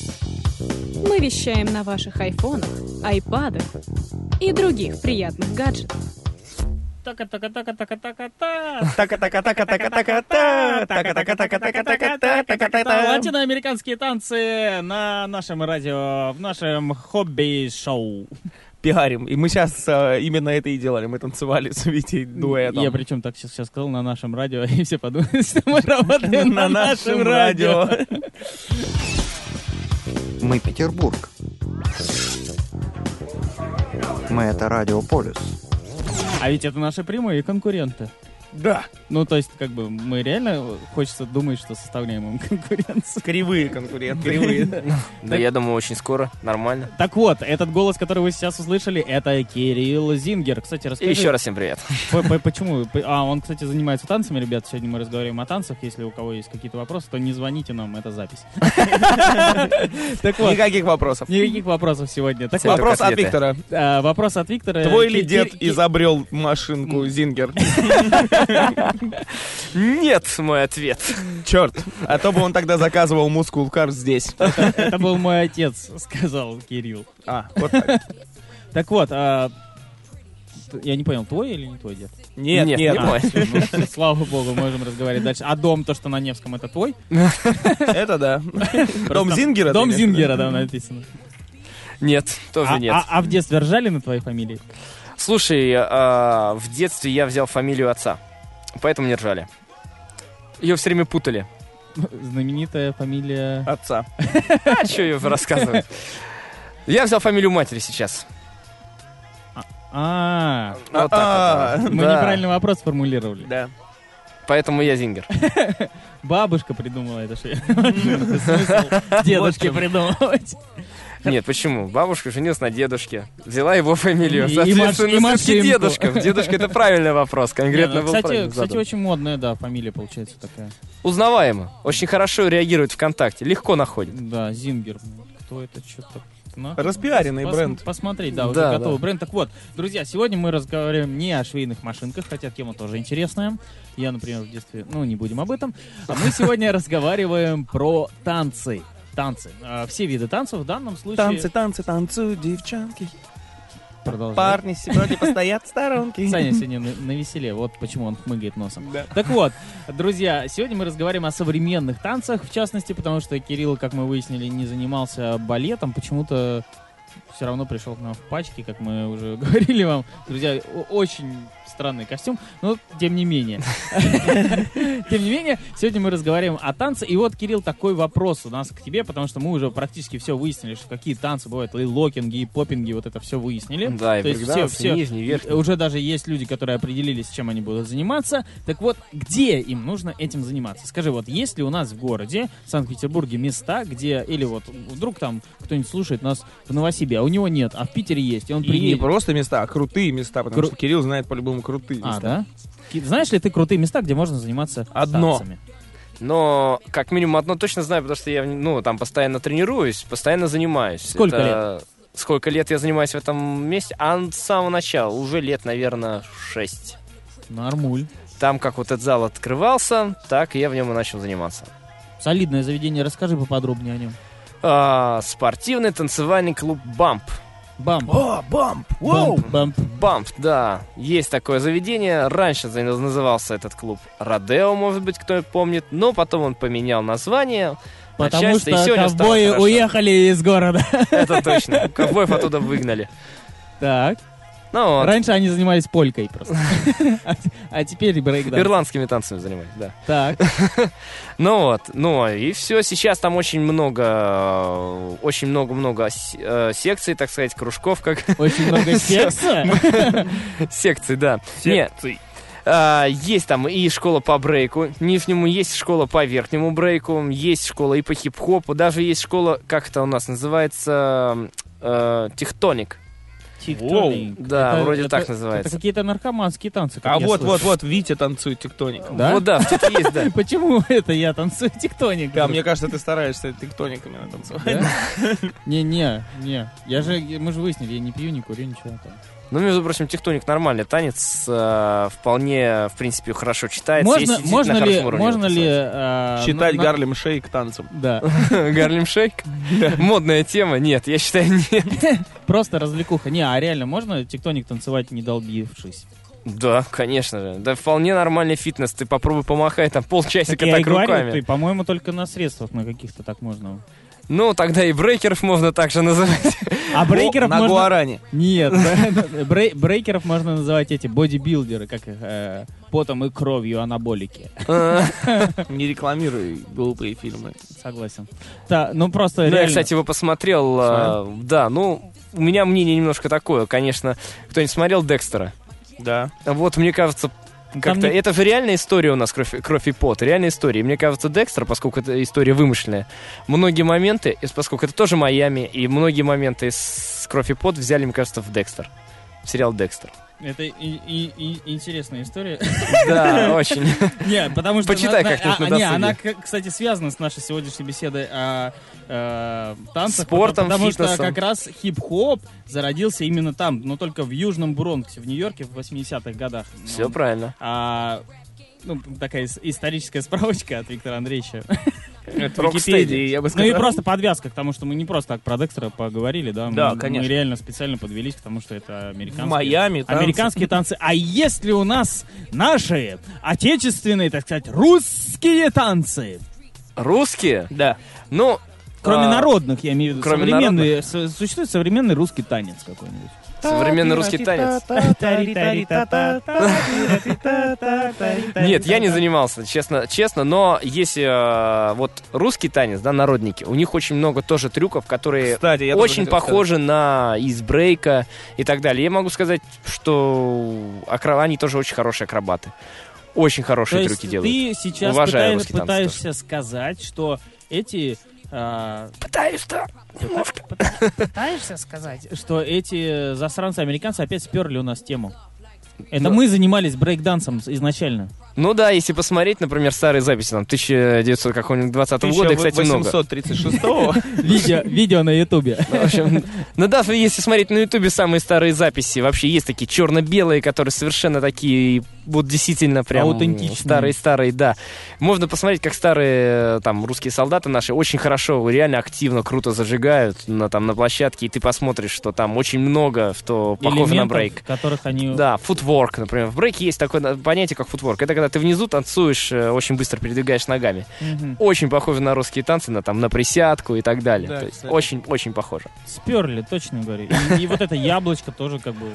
S9: Мы вещаем на ваших айфонах, айпадах и других приятных гаджетах.
S2: Така така така така така та.
S4: Така-така-така-така-така-та, така-така-така-така-така-та, така-та-та.
S2: Латиноамериканские танцы на нашем радио, в нашем хобби-шоу.
S3: Пиарим. И мы сейчас именно это и делали. Мы танцевали с Витей дуэтом.
S2: Я причем так сейчас сказал на нашем радио, и все подумали, что мы работаем на нашем радио.
S8: Мы Петербург. Мы это Радиополис.
S2: А ведь это наши прямые конкуренты.
S3: Да.
S2: Ну, то есть, как бы, мы реально хочется думать, что составляем им конкуренцию.
S3: Кривые конкуренты. Кривые.
S4: Да я думаю, очень скоро, нормально.
S2: Так вот, этот голос, который вы сейчас услышали, это Кирилл Зингер. Кстати,
S4: И
S2: расскажи,
S4: еще раз всем привет.
S2: п- п- почему? П- А, он, кстати, занимается танцами, ребят. Сегодня мы разговариваем о танцах. Если у кого есть какие-то вопросы, то не звоните нам, это запись. Так вот,
S3: Никаких вопросов.
S2: никаких вопросов сегодня. Так вот,
S3: Вопрос от
S4: ответы.
S3: Виктора.
S2: а, вопрос от Виктора.
S3: Твой ли
S2: Ки-
S3: дед
S2: Ки- Ки-
S3: изобрел машинку Зингер?
S4: Нет, мой ответ.
S3: Черт. А то бы он тогда заказывал мускул Cars здесь.
S2: Это был мой отец, сказал Кирилл.
S3: А, вот так.
S2: Так вот, а, т- я не понял, твой или не твой дед?
S3: Нет,
S4: Нет,
S3: нет.
S4: не мой.
S2: Ну, слава богу, можем разговаривать дальше. А дом, то, что на Невском, это твой?
S3: Это да. Дом
S2: Просто
S3: Зингера?
S2: Дом
S3: ты имеешь в виду?
S2: Зингера, да, написано.
S4: Нет, тоже
S2: А,
S4: нет.
S2: а- а в детстве ржали на твоей фамилии?
S4: Слушай, а, в детстве я взял фамилию отца, поэтому не ржали. Ее все время путали.
S2: Знаменитая фамилия...
S3: Отца.
S4: А что ее рассказывать? Я взял фамилию матери сейчас.
S2: А,
S4: Вот так вот.
S2: мы
S4: Да.
S2: неправильный вопрос сформулировали.
S3: Да.
S4: Поэтому я Зингер.
S2: Бабушка придумала это, что я- смысл дедушке придумывать.
S4: Нет, почему? Бабушка женилась на дедушке. Взяла его фамилию.
S2: И- и
S4: Соответственно,
S2: маш- и
S4: всё-таки
S2: машинку.
S4: дедушка. Дедушка это правильный вопрос. Конкретно
S2: Не, ну,
S4: был
S2: Кстати,
S4: правильно
S2: кстати,
S4: задан.
S2: очень модная, да, фамилия получается такая.
S4: Узнаваемо. Очень хорошо реагирует ВКонтакте. Легко находит.
S2: Да, Зингер. Кто это, Ну, что-то...
S3: Распиаренный
S2: Пос-
S3: бренд.
S2: Посмотреть, да, уже
S4: Да,
S2: готовый
S4: да.
S2: бренд. Так вот, друзья, сегодня мы разговариваем не о швейных машинках, хотя тема тоже интересная. Я, например, в детстве, ну, не будем об этом. А мы сегодня разговариваем про танцы. Танцы. А, Все виды танцев в данном случае...
S3: Танцы, танцы, танцуют девчонки.
S2: Продолжай.
S3: Парни сегодня постоят в сторонке.
S2: Саня сегодня на, веселе, вот почему он хмыгает носом.
S3: Да.
S2: Так вот, друзья, сегодня мы разговариваем о современных танцах, в частности, потому что Кирилл, как мы выяснили, не занимался балетом, почему-то все равно пришел к нам в пачке, как мы уже говорили вам. Друзья, о- очень странный костюм, но тем не менее. Тем не менее, сегодня мы разговариваем о танце. И вот, Кирилл, такой вопрос у нас к тебе, потому что мы уже практически все выяснили, что какие танцы бывают, и локинги, и поппинги, вот это все выяснили.
S4: Да, и
S2: То есть все,
S4: брейкданс, и
S2: все,
S4: нижний, и верхний.
S2: уже даже есть люди, которые определились, чем они будут заниматься. Так вот, где им нужно этим заниматься? Скажи, вот есть ли у нас в городе, в Санкт-Петербурге, места, где, или вот вдруг там кто-нибудь слушает нас в Новосибе, а у него нет, а в Питере есть, и он
S3: И не
S2: приедет.
S3: просто места, а крутые места, потому
S2: Кру-
S3: что Кирилл знает по-любому крутые
S2: А,
S3: места.
S2: да? Ки- Знаешь ли ты крутые места, где можно заниматься
S3: Одно.
S2: танцами?
S4: Но как минимум одно точно знаю, потому что я ну, там постоянно тренируюсь, постоянно занимаюсь.
S2: Сколько
S4: лет? Сколько лет я занимаюсь в этом месте? А с самого начала, уже лет, наверное, шесть.
S2: Нормуль.
S4: Там как вот этот зал открывался, так я в нем и начал заниматься.
S2: Солидное заведение, расскажи поподробнее о нем.
S4: А, спортивный танцевальный клуб «Бамп».
S2: Бамп.
S3: О, бамп!
S2: Бамп, бамп.
S4: «Бамп», да, есть такое заведение. Раньше за- назывался этот клуб «Родео», может быть, кто помнит. Но потом он поменял название.
S2: Потому
S4: Начальство,
S2: что
S4: и сегодня стало
S2: ковбои
S4: хорошо.
S2: уехали из города.
S4: Это точно. Ковбоев оттуда выгнали.
S2: Так.
S4: Ну, вот.
S2: Раньше они занимались полькой просто. А т- А теперь брейкдаун.
S4: Ирландскими танцами занимаюсь, да.
S2: Так.
S4: Ну вот, ну и все. Сейчас там очень много, э, очень много-много с- э, секций, так сказать, кружков, как
S2: Очень много секса.
S4: секций, да. Нет. А, есть там и школа по брейку, нижнему есть школа по верхнему брейку, есть школа и по хип-хопу, даже есть школа, как это у нас называется, э, тектоник.
S2: Тиктоник.
S4: Да,
S2: Это-
S4: вроде
S2: это-
S4: так называется.
S2: Это какие-то наркоманские танцы. как
S3: А
S2: я
S3: вот,
S2: слышал.
S3: вот, вот, Витя танцует тектоник.
S2: Да?
S4: Вот Ну да, что-то есть, да.
S2: Почему это я танцую тектоник?
S3: Да, мне кажется, ты стараешься тектониками танцевать.
S2: Не, не, не. Я же, мы же выяснили, я не пью, не курю, ничего там.
S4: Ну, между прочим, тектоник нормальный танец, э, вполне, в принципе, хорошо читается.
S2: Можно,
S4: если
S2: можно
S4: действительно
S2: ли,
S4: хорошим уровнем
S2: можно
S4: это
S2: ли...
S4: танцевать.
S2: а,
S3: Считать
S2: на- на-
S3: Гарлем Шейк танцем.
S2: Да.
S4: Гарлем Шейк? Модная тема? Нет, я считаю, нет.
S2: Просто развлекуха. Не, а реально можно тектоник танцевать, не долбившись?
S4: Да, конечно же. Да вполне нормальный фитнес. Ты попробуй помахай там полчасика
S2: я и
S4: так
S2: говорю,
S4: руками.
S2: ты, по-моему, только на средствах на каких-то так можно.
S4: Ну, тогда и брейкеров можно также называть.
S2: А брейкеров
S3: На
S2: можно...
S3: гуаране.
S2: Нет, брей- брейкеров можно называть эти бодибилдеры, как их э, потом и кровью анаболики.
S4: Э,
S3: Не рекламируй глупые фильмы.
S2: Согласен. Да, ну просто
S4: Ну, я,
S2: реально.
S4: кстати, его посмотрел. э, Да, ну, у меня мнение немножко такое. Конечно, кто-нибудь смотрел Декстера?
S3: Да.
S4: Вот, мне кажется,
S2: Там
S4: Как-то
S2: не-
S4: это же реальная история у нас кровь, кровь и пот, реальная история. И Мне кажется, Декстер, поскольку это история вымышленная, многие моменты, и поскольку это тоже Майами, и многие моменты из кровь и пот взяли, мне кажется, в Декстер. В сериал Декстер.
S2: Это и, и- и интересная история.
S4: Да, очень.
S2: Не, потому что...
S4: Почитай
S2: на- на-
S4: как-нибудь
S2: а-
S4: на
S2: а, Не,
S4: досуге.
S2: она, к- кстати, связана с нашей сегодняшней беседой о э, танцах.
S4: Спортом,
S2: Потому что
S4: фитнесом.
S2: как раз хип-хоп зародился именно там, но только в Южном Бронксе, в Нью-Йорке в 80-х годах.
S4: Все
S2: Ну,
S4: правильно.
S2: а, ну, такая ис- историческая справочка от Виктора Андреевича.
S3: Это
S2: Рокстеди.
S3: Википедия, я бы
S2: Ну и
S3: сказал.
S2: просто подвязка к тому, что мы не просто так про Декстера поговорили, да? Мы-
S3: Да, конечно.
S2: Мы реально специально подвелись к тому, что это американские...
S3: В Майами танцы.
S2: Американские танцы. А есть ли у нас наши отечественные, так сказать, русские танцы?
S4: Русские?
S3: Да.
S4: Ну,
S2: Кроме
S4: а,
S2: народных, я имею в виду.
S4: кроме
S2: Современные- со- Существует современный русский танец какой-нибудь?
S4: современный
S2: типа,
S4: русский танец. Нет, я не занимался, честно, честно, но если э, вот русский танец, да, народники, у них очень много тоже трюков, которые
S3: Кстати, я тоже
S4: очень
S3: хотел
S4: похожи на избрейка и так далее. Я могу сказать, что акро- они тоже очень хорошие акробаты. Очень
S2: То
S4: хорошие
S2: есть
S4: трюки
S2: ты
S4: делают.
S2: сейчас пытаешь-
S4: Уважаю русский танец
S2: пытаешься сказать, что эти... а,
S4: Пытаюсь, да.
S2: Пыта- пыта- Пытаешься сказать, что эти засранцы американцы опять сперли у нас тему? Это
S4: Ну.
S2: мы занимались брейкдансом с- изначально.
S4: Ну да, если посмотреть, например, старые записи, там, 1900 какого-нибудь 20 года, их, кстати, много.
S3: 1836-го.
S2: Видео, видео на Ютубе.
S4: Ну, в общем, ну да, если смотреть на Ютубе самые старые записи, вообще есть такие черно-белые, которые совершенно такие, вот действительно прям
S2: Аутентичные.
S4: старые-старые, да. Можно посмотреть, как старые э, там русские солдаты наши очень хорошо, реально активно, круто зажигают на, там, на площадке, и ты посмотришь, что там очень много, что похоже на
S2: Элементов,
S4: брейк.
S2: которых они...
S4: Да, футворк, например. В брейке есть такое на- понятие, как футворк. Это когда ты внизу танцуешь, э, очень быстро передвигаешь ногами.
S2: Мгм.
S4: Очень похоже на русские танцы, на, там, на присядку и так далее.
S3: Да,
S4: То есть
S3: кстати.
S4: очень-очень похоже.
S2: Сперли, точно говорю. И, и вот это яблочко тоже как бы...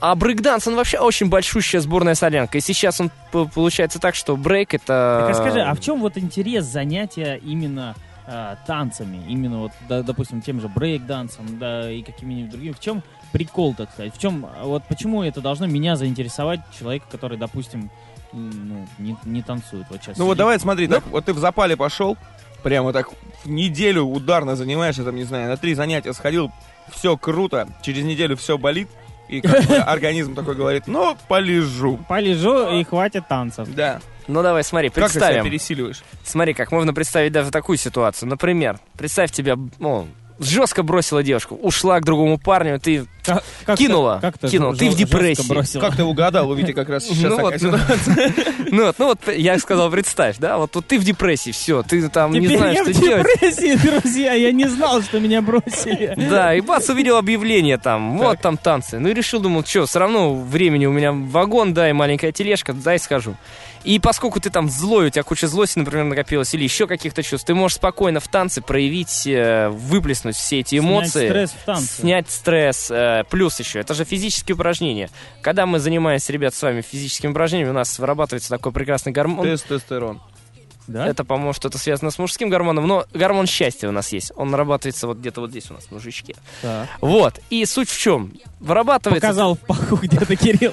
S4: А брейкданс, он вообще очень большущая сборная солянка. И сейчас он п- получается так, что брейк это...
S2: Так а скажи, а в чем вот интерес занятия именно а, танцами, именно вот, да- допустим, тем же брейк-дансом, да, и какими-нибудь другими, в чем прикол, так сказать, в чем, а, вот почему это должно меня заинтересовать, человека, который, допустим, м, ну, не, не танцует вот сейчас.
S3: Ну вот
S2: сидит.
S3: давай смотри, так, вот ты в запале пошел, прямо так в неделю ударно занимаешься, там, не знаю, на три занятия сходил, все круто, через неделю все болит, и как бы организм такой говорит, ну, полежу.
S2: Полежу и хватит танцев.
S3: Да.
S4: Ну давай, смотри,
S3: Как ты себя
S4: представим.
S3: пересиливаешь?
S4: Смотри, как можно представить даже такую ситуацию. Например, представь тебя, ну, жестко бросила девушку, ушла к другому парню, ты
S2: Как- как
S4: Кинула, кинула, ты в
S2: жестко
S4: депрессии.
S2: бросила?
S3: Как ты угадал, увидите как раз сейчас
S4: Ну вот,
S3: такая ситуация.
S4: Ну вот, ну вот, я сказал, представь, да, вот тут ты в депрессии, все, ты там не
S2: Теперь
S4: знаешь,
S2: я в
S4: что делать.
S2: депрессии, друзья, я не знал, что меня бросили.
S4: Да, и бац, увидел объявление там, вот там танцы. Ну и решил, думал, что, все равно времени у меня вагон, да, и маленькая тележка, дай схожу. И поскольку ты там злой, у тебя куча злости, например, накопилась, или еще каких-то чувств, ты можешь спокойно в танце проявить, э, выплеснуть все эти эмоции.
S2: Снять стресс в танце.
S4: Снять стресс. э, Плюс еще, это же физические упражнения. Когда мы занимаемся, ребят, с вами физическими упражнениями, у нас вырабатывается такой прекрасный гормон.
S3: Тестостерон.
S2: Да?
S4: Это, по-моему, что-то связано с мужским гормоном, но гормон счастья у нас есть. Он нарабатывается вот где-то вот здесь у нас, в мужичке.
S2: Так.
S4: Вот. И суть в чем? Вырабатывается...
S2: Показал в паху где-то Кирилл.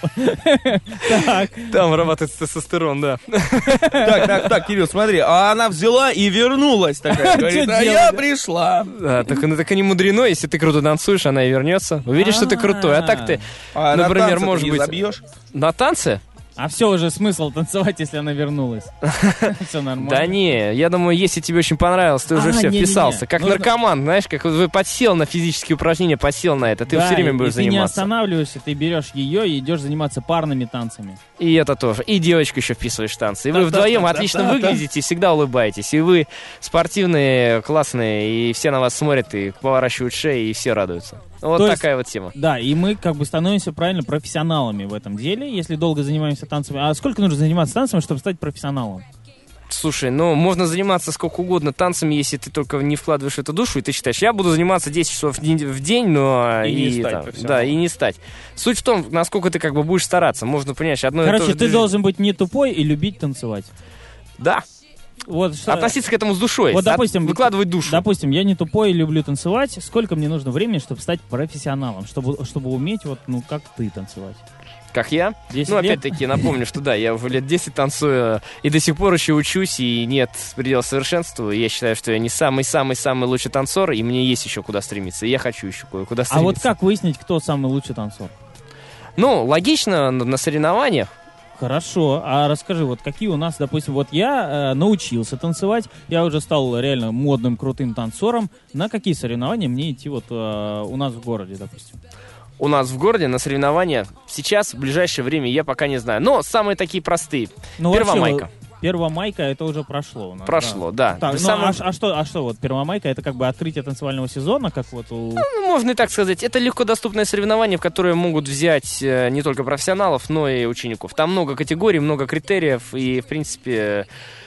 S2: Так.
S4: Там вырабатывается тестостерон, да.
S3: Так, так, так, Кирилл, смотри, а она взяла и вернулась такая, говорит, а
S2: делать,
S3: я
S2: да?»
S3: пришла.
S4: А, так, ну, так и не мудрено, если ты круто танцуешь, она и вернется. Увидишь, что ты крутой, а так ты
S3: А
S4: Например,
S3: на танцы-то
S4: может
S3: не
S4: быть-
S3: забьешь?
S4: на танцы?
S2: А все уже смысл танцевать, если она вернулась. Все нормально.
S4: Да не, я думаю, если тебе очень понравилось, ты уже
S2: А,
S4: все
S2: не-не-не.
S4: вписался. Как
S2: Нужно-
S4: наркоман, знаешь, как вот подсел на физические упражнения, подсел на это, ты
S2: Да,
S4: все время
S2: и-
S4: будешь
S2: и Ты не
S4: заниматься.
S2: останавливаешься, ты берешь ее и идешь заниматься парными танцами.
S4: И это тоже. И девочку еще вписываешь в танцы. И вы
S3: Да-да-да-да-да.
S4: вдвоем отлично выглядите, и всегда улыбаетесь. И вы спортивные, классные, и все на вас смотрят, и поворачивают шеи, и все радуются. Вот
S2: То есть-
S4: такая вот тема.
S2: Да, и мы как бы становимся правильно профессионалами в этом деле, если долго занимаемся танцами. А сколько нужно заниматься танцами, чтобы стать профессионалом?
S4: Слушай, ну можно заниматься сколько угодно танцами, если ты только не вкладываешь эту душу, и ты считаешь, я буду заниматься 10 часов в день, в день, но...
S3: И не стать
S4: там,
S3: профессионалом.
S4: Да, и не стать. Суть в том, насколько ты как бы будешь стараться. Можно, понимаешь, одно и то
S2: Короче,
S4: же
S2: ты
S4: движение.
S2: должен быть не тупой и любить танцевать.
S4: Да,
S2: Вот что...
S4: относиться к этому с душой.
S2: Вот,
S4: От-
S2: допустим,
S4: Выкладывать душу.
S2: Допустим, я не тупой и люблю танцевать. Сколько мне нужно времени, чтобы стать профессионалом, чтобы, чтобы уметь вот, ну, как ты танцевать?
S4: Как я.
S2: 10
S4: Ну,
S2: лет?
S4: опять-таки, напомню, что да, я уже лет 10 танцую, э, и до сих пор еще учусь, и нет предела совершенства. И Я считаю, что я не самый-самый-самый лучший танцор, и мне есть еще куда стремиться, и я хочу еще куда стремиться.
S2: А вот как выяснить, кто самый лучший танцор?
S4: Ну, логично, на на соревнованиях.
S2: Хорошо. А расскажи, вот какие у нас, допустим, вот я э, научился танцевать, я уже стал реально модным, крутым танцором. На какие соревнования мне идти вот э, у нас в городе, допустим?
S4: у нас в городе на соревнования сейчас, в ближайшее время, я пока не знаю. Но самые такие простые.
S2: Ну,
S4: Первомайка.
S2: Первомайка это уже прошло у нас. да.
S4: Прошло, да.
S2: Так, ну,
S4: Самое-
S2: а, ш- а что, а что вот Первомайка это как бы открытие танцевального сезона, как вот у...
S4: ну, можно и так сказать. Это легкодоступное соревнование, в которое могут взять э, не только профессионалов, но и учеников. Там много категорий, много критериев, и, в принципе, э,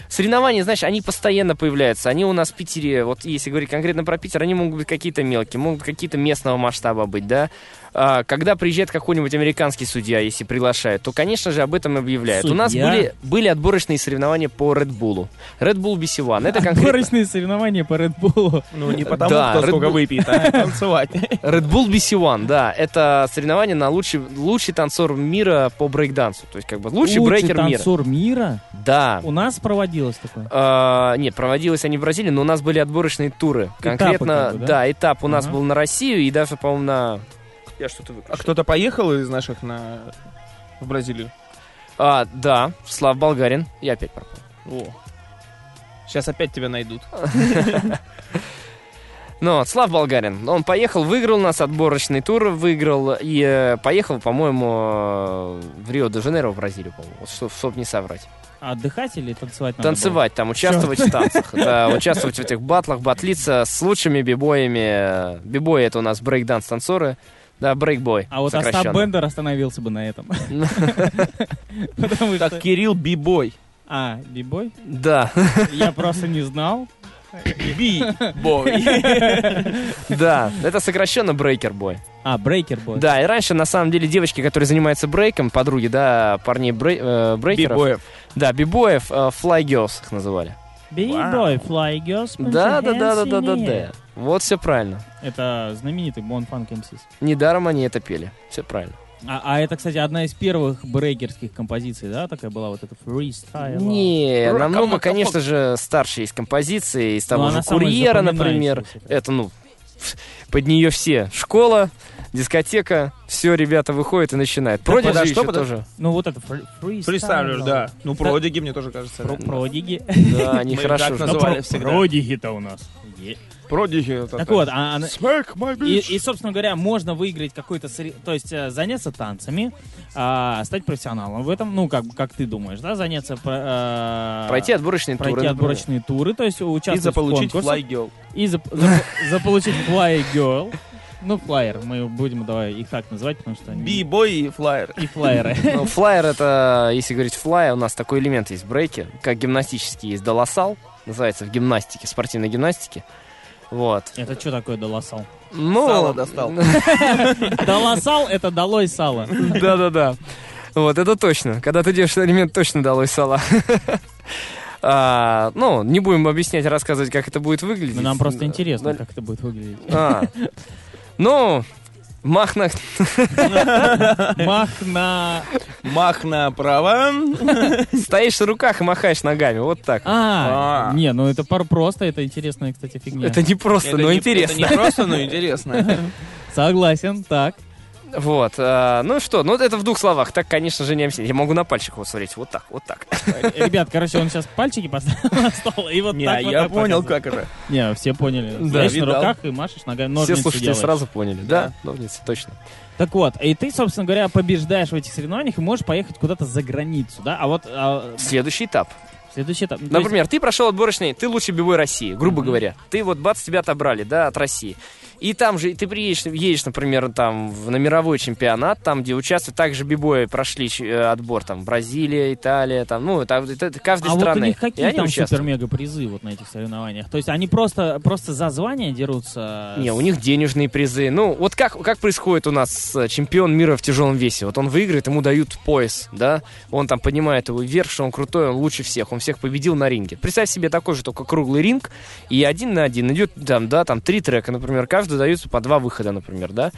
S4: соревнования, знаешь, они постоянно появляются. Они у нас в Питере, вот если говорить конкретно про Питер, они могут быть какие-то мелкие, могут какие-то местного масштаба быть, да. А, Когда приезжает какой-нибудь американский судья, если приглашает, то, конечно же, об этом объявляют. У нас
S2: Судья?
S4: были, были отборочные соревнования по Red Bull. Red Bull BC One. Это конкретно...
S2: Отборочные соревнования по Редбулу.
S3: Ну, не потому,
S4: Да,
S3: кто
S4: Red
S3: сколько
S4: Bull-
S3: выпьет, а танцевать.
S4: Red Bull BC One, да, это соревнование на лучший, лучший танцор мира по брейкдансу. То есть, как бы, лучший, брейкер мира.
S2: танцор мира?
S4: Да.
S2: У нас проводилось такое?
S4: А, нет, проводились они в Бразилии, но у нас были отборочные туры. Конкретно,
S2: как бы, да?
S4: да? этап у нас
S2: Ага.
S4: был на Россию и даже, по-моему, на... Я что-то
S3: А кто-то поехал из наших на в Бразилию?
S4: А, да, Слав Болгарин. Я опять пропал.
S10: О. Сейчас опять тебя найдут.
S4: Но Слав Болгарин, он поехал, выиграл у нас отборочный тур, выиграл и э, поехал, по-моему, э, в Рио-де-Жанейро, в Бразилию, по-моему, чтобы не соврать.
S10: А отдыхать или танцевать надо
S4: Танцевать там, участвовать в танцах, да, участвовать в этих батлах, батлиться с лучшими бибоями. Бибои — это у нас брейк-данс-танцоры, да, брейкбой,
S2: А вот Остап
S4: сокращенно.
S2: Бендер остановился бы на этом. Потому
S10: было?
S2: что...
S10: Как Кирилл Бибой.
S2: А, бибой?
S4: Да,
S2: Я просто не знал.
S10: Бибой.
S4: да, это сокращенно брейкер-бой.
S2: А, брейкер бой.
S4: Да, и раньше, на самом деле, девочки, которые занимаются брейком, подруги, да, парней брей- э, брейкеров.
S3: Бибоев.
S4: Да, бибоев, э, fly girls их называли.
S10: Вау.
S2: Бибой, fly girls. put
S4: Да,
S2: your
S4: да, да, да,
S2: hands
S4: да,
S2: in
S4: да,
S2: the
S4: да.
S2: air.
S4: Вот все правильно.
S2: Это знаменитый Бон Фанк МСИС.
S4: Недаром они это пели. Все правильно.
S2: А, а это, кстати, одна из первых брейкерских композиций, да, такая была вот эта freestyle.
S4: Не,
S3: Рокомака-
S4: намного, конечно же, старше есть композиции, из того
S2: Ну,
S4: же
S2: она самая
S4: курьера, например.
S2: запоминающаяся.
S4: Это, ну, под нее все. Школа, дискотека, все, ребята выходят и начинают.
S10: Да
S4: Продиджи
S10: подожди,
S4: еще
S10: подожди.
S4: тоже.
S2: Ну вот это фри- freestyle.
S10: Фристайлер, да.
S3: Ну, продиги, мне тоже кажется.
S2: Про продиги.
S4: Да, они
S3: Мы
S4: хорошо.
S3: так
S4: же.
S3: называли
S2: Да,
S3: всегда.
S2: Продиги-то у нас. Е.
S3: Продиги. это
S2: Так
S3: так.
S2: вот, а она-
S3: Smack my
S2: И,
S3: bitch.
S2: и, собственно говоря, можно выиграть какой-то... сорев- То есть э, заняться танцами, а, стать профессионалом в этом, ну, как, бы, как ты думаешь, да, заняться... про- э,
S4: Пройти отборочные туры.
S2: пройти
S4: например.
S2: отборочные туры, то есть
S3: И
S2: участвовать
S3: заполучить
S2: в конкурсах.
S3: Fly Girl.
S2: И зап- зап- заполучить Fly Girl. Ну, флайер, мы будем, давай, их так называть, потому что они...
S3: Би-бой и флайер.
S2: И флайеры.
S4: Ну, флайер это, если говорить флай, у нас такой элемент есть в брейке, как гимнастический есть долосал, называется в гимнастике, спортивной гимнастике. Вот.
S2: Это что такое долосал?
S4: Ну,
S3: Сало достал.
S2: Долосал — это долой сало.
S4: Да-да-да. Вот, это точно. Когда ты делаешь элемент, точно долой сала. А, ну, не будем объяснять, рассказывать, как это будет выглядеть.
S2: Но нам просто
S4: Н-
S2: интересно,
S4: ну,
S2: как это будет выглядеть.
S4: а. Ну, мах на-
S2: Мах на...
S3: Мах направо.
S4: Ну, стоишь на руках и махаешь ногами, вот так.
S2: А,
S3: А.
S2: не, ну это пар просто, это интересная, кстати, фигня.
S4: Это не просто,
S3: Это
S4: но
S3: не-
S4: интересно.
S3: Это не просто, но интересно.
S2: Согласен, так.
S4: Вот, а, ну что, ну это в двух словах, так, конечно же, не объяснить. Я могу на пальчик вот смотреть, вот так, вот так.
S2: Ребят, короче, он сейчас пальчики поставил на стол, и вот
S3: Не,
S2: так вот
S3: я
S2: так
S3: понял,
S2: показывает.
S3: как это.
S2: Не, все поняли.
S4: Да,
S2: Стоишь на
S3: видал.
S2: руках и машешь ногами,
S4: Все
S2: ножницы
S4: слушатели
S2: делаешь.
S4: сразу поняли, да? Ножницы, точно.
S2: Так вот, и ты, собственно говоря, побеждаешь в этих соревнованиях и можешь поехать куда-то за границу, да? А вот а,
S4: Следующий этап.
S2: следующий этап... ну, то есть-
S4: Например, ты прошел отборочный, ты лучший бивой России, грубо говоря. Ты вот, бац, тебя отобрали, да, от России. И там же, ты приедешь, едешь, например, там, в, на мировой чемпионат, там, где участвуют, также бибои прошли ч- э, отбор, там, Бразилия, Италия, там, ну, это, это, это каждой
S2: а вот у
S4: страны.
S2: них
S4: И
S2: какие
S4: они
S2: там
S4: участвуют.
S2: супер-мега призы вот на этих соревнованиях? То есть они просто, просто за звание дерутся?
S4: Не, у них денежные призы. Ну, вот как, как происходит у нас э, чемпион мира в тяжелом весе. Вот он выиграет, ему дают пояс, да? Он там поднимает его вверх, что он крутой, он лучше всех, он всех победил на ринге. Представь себе такой же, только круглый ринг, и один на один идет, там, да, там три трека, например, каждый даются по два выхода, например, да?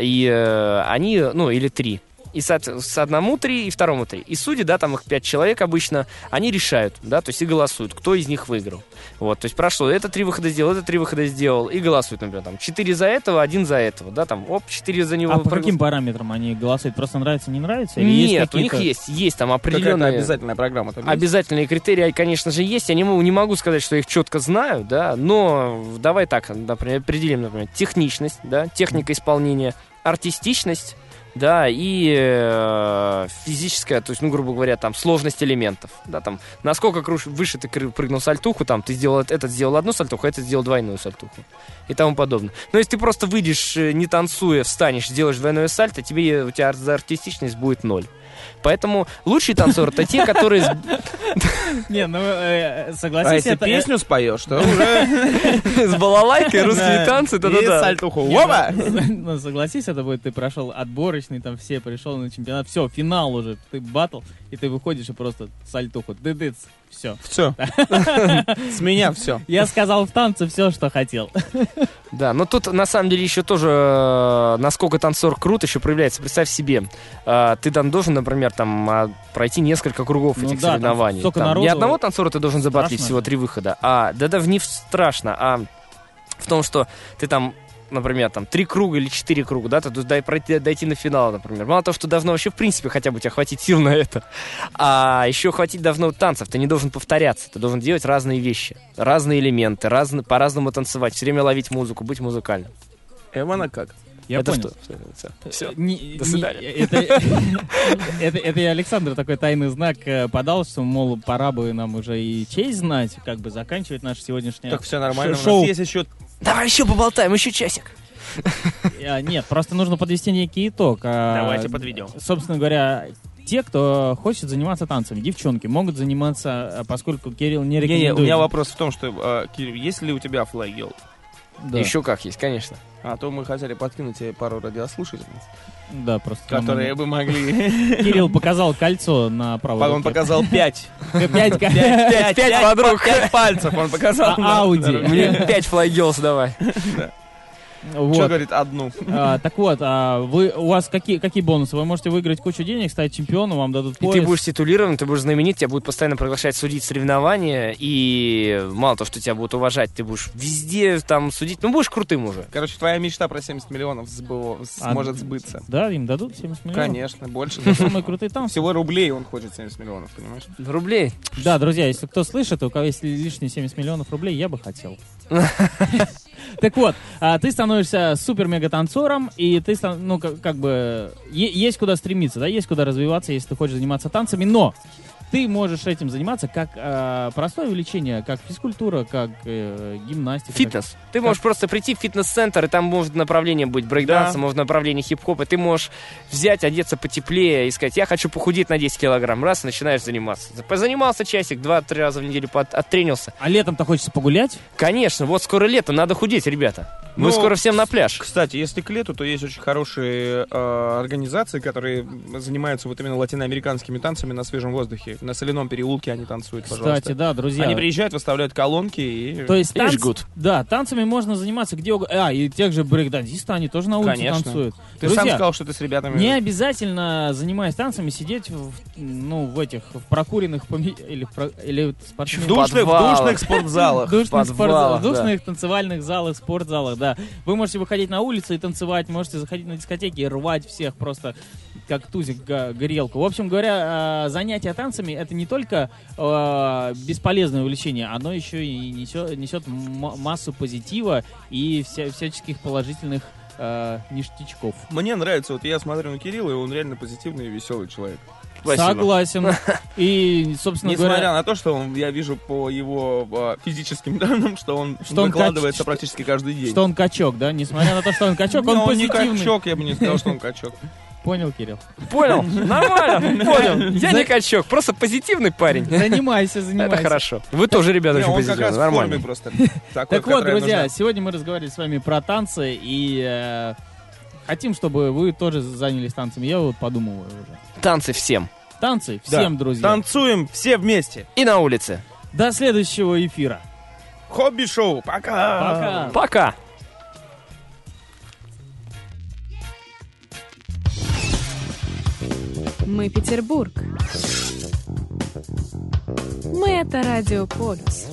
S4: И э, они, ну, или три. И со- с одному три, и второму три. И судьи, да, там их пять человек обычно, они решают, да, то есть и голосуют, кто из них выиграл. Вот, то есть прошло, это три выхода сделал, это три выхода сделал, и голосуют, например, там, четыре за этого, один за этого, да, там, оп, четыре за него.
S2: А по
S4: проголос-
S2: каким параметрам они голосуют? Просто нравится, не нравится? Или есть
S4: Нет, у них
S2: какие-то-
S4: есть, есть там
S3: Какая-то
S4: определенные...
S3: обязательная программа там есть?
S4: Обязательные критерии, конечно же, есть. Я не, могу- не могу сказать, что я их четко знаю, да, но давай так, например, определим, например, техничность, да, техника исполнения, артистичность, да, и э, физическая, то есть, ну, грубо говоря, там, сложность элементов, да, там, насколько круш- выше ты кры- прыгнул сальтуху, там, ты сделал, этот сделал одну сальтуху, а этот сделал двойную сальтуху и тому подобное. Но если ты просто выйдешь, э, не танцуя, встанешь, сделаешь двойное сальто, тебе, у тебя за артистичность будет ноль. Поэтому лучшие танцоры это те, которые с-
S2: Не, ну, э, согласись,
S3: А если
S2: это... э,
S3: песню споешь, то уже
S4: С балалайкой, русские
S3: Да.
S4: танцы,
S3: и
S4: да-да-да.
S3: сальтуху.
S2: Не, ну,
S3: Опа!
S2: Ну, согласись, это будет, ты прошел отборочный, там все, пришел на чемпионат, все, финал уже, ты батл, и ты выходишь и просто сальтуху, дыдыц, все.
S3: Все. С меня все.
S2: Я сказал в танце все, что хотел.
S4: Да, но тут на самом деле еще тоже, э, насколько танцор крут, еще проявляется. Представь себе, э, ты там должен, например, там а, пройти несколько кругов
S2: Ну
S4: этих
S2: да, там
S4: соревнований.
S2: столько
S4: Там
S2: народу.
S4: не одного танцора ты должен забатлить
S2: Страшно
S4: всего
S2: же.
S4: три выхода, а да-да, в не в- страшно, а в том, что ты там например, там, три круга или четыре круга, да, то есть дай пройти- дойти на финал, например. Мало того, что давно вообще, в принципе, хотя бы у тебя хватит сил на это, а еще хватит давно танцев. Ты не должен повторяться, ты должен делать разные вещи, разные элементы, разно- по-разному танцевать, все время ловить музыку, быть музыкальным.
S2: Эм,
S10: Эвана как?
S2: Я
S4: это
S2: понял.
S4: что? Всё,
S2: Э,
S4: всё.
S2: не- не-
S4: До свидания.
S2: Это, э, это, это я Александр такой тайный знак э, подал, что, мол, пора бы нам уже и честь знать, как бы заканчивать наше сегодняшнее
S3: Так все нормально.
S2: ш-
S3: У
S2: шоу.
S3: нас есть еще
S4: Давай еще поболтаем, еще часик.
S2: Э, Нет, просто нужно подвести некий итог. А,
S10: Давайте подведем.
S2: Собственно говоря, те, кто хочет заниматься танцами, девчонки, могут заниматься, э, поскольку Кирилл не
S3: Не, не,
S2: рекомендует.
S3: у меня вопрос в том, что, э, Кирилл, есть ли у тебя флайгел?
S2: Да,
S4: Еще как есть, конечно.
S3: А то мы хотели подкинуть тебе пару радиослушателей,
S2: да, просто. нам-
S3: которые бы могли.
S2: Кирилл показал кольцо на правой
S3: Он
S2: руке.
S3: показал пять.
S2: Пять ко-
S4: Пять, пять подруг.
S3: Пять пальцев он показал.
S2: А, Ауди.
S4: Мне пять флайгелс давай.
S2: Вот.
S3: Что говорит одну?
S2: А, так вот, а вы, у вас какие, какие бонусы? Вы можете выиграть кучу денег, стать чемпионом, вам дадут
S4: И
S2: пояс.
S4: ты будешь титулирован, ты будешь знаменит, тебя будут постоянно приглашать судить соревнования, и мало того, что тебя будут уважать, ты будешь везде там судить, ну будешь крутым уже.
S3: Короче, твоя мечта про 70 миллионов сбыло-
S2: А,
S3: сможет сбыться.
S2: Да, им дадут 70 миллионов.
S3: Конечно, больше.
S2: Это Самые крутые танцы.
S3: Всего рублей он хочет 70 миллионов, понимаешь?
S4: Рублей.
S2: Да, друзья, если кто слышит, у кого есть лишние 70 миллионов рублей, я бы хотел. Так вот, а, ты становишься супер-мега-танцором, и ты, стан- ну, как, как бы, е- есть куда стремиться, да, есть куда развиваться, если ты хочешь заниматься танцами, но ты можешь этим заниматься как а, простое увлечение, как физкультура, как э, гимнастика. как-
S4: Фитнес. Ты можешь просто прийти в фитнес-центр, и там может направление быть брейкданса,
S3: Да.
S4: может направление хип-хопа, ты можешь взять, одеться потеплее и сказать, я хочу похудеть на 10 килограмм, раз, и начинаешь заниматься. Занимался часик, два-три раза в неделю под- оттренился.
S2: А летом-то хочется погулять?
S4: Конечно, вот скоро лето, надо худеть, ребята. Мы
S3: Ну,
S4: скоро всем на пляж.
S3: Кстати, если к лету, то есть очень хорошие э, организации, которые занимаются вот именно латиноамериканскими танцами на свежем воздухе. На соляном переулке они танцуют,
S2: Кстати,
S3: пожалуйста.
S2: да, друзья.
S3: Они приезжают, выставляют колонки и...
S2: То есть
S4: И
S2: танц-
S4: жгут.
S2: Да, танцами можно заниматься где угодно. А, и тех же брейкдансистов, они тоже на улице
S3: Конечно.
S2: танцуют.
S3: Ты
S2: Друзья,
S3: сам сказал, что ты с ребятами...
S2: Не обязательно, занимаясь танцами, сидеть в, ну, в этих, в прокуренных поме- или, в про- или
S3: в
S2: спортивных...
S3: душных, в
S4: подвалах.
S3: душных спортзалах.
S2: душных, спорт-
S4: подвалах, да.
S2: душных танцевальных залах, спортзалах, да. Вы можете выходить на улицу и танцевать, можете заходить на дискотеки и рвать всех просто как тузик га- горелку. В общем говоря, э, занятие танцами это не только э, бесполезное увлечение, оно еще и несет, несет м- массу позитива и вся- всяческих положительных э, ништячков.
S3: Мне нравится, вот я смотрю на Кирилла, и он реально позитивный и веселый человек.
S4: Спасибо.
S2: Согласен. И, собственно
S3: Несмотря
S2: Ну, говоря,
S3: на то, что он, я вижу по его э, физическим данным, что он
S2: Что он
S3: выкладывается
S2: кач-
S3: практически каждый день.
S2: что он качок, да? Несмотря на то, что он качок,
S3: Не,
S2: он
S3: не
S2: позитивный.
S3: качок, я бы не сказал, что он качок.
S2: Понял, Кирилл?
S4: Понял? Нормально, понял. Я
S2: За-
S4: не качок, просто позитивный парень.
S2: Занимайся,
S4: Это
S2: занимайся.
S4: хорошо. Вы тоже, ребята,
S3: Не,
S4: очень
S3: он как
S4: позитивные.
S3: раз в форме
S4: Нормально.
S3: просто.
S2: Так вот, друзья, сегодня мы разговаривали с вами про танцы и э, хотим, чтобы вы тоже занялись танцами. Я вот подумываю уже.
S4: Танцы всем.
S2: Танцы
S3: Да.
S2: всем, друзья.
S3: Танцуем все вместе.
S4: И на улице.
S2: До следующего эфира.
S3: Хобби-шоу, пока!
S2: Пока.
S4: Пока.
S9: Мы Петербург. Мы это Радио Полюс.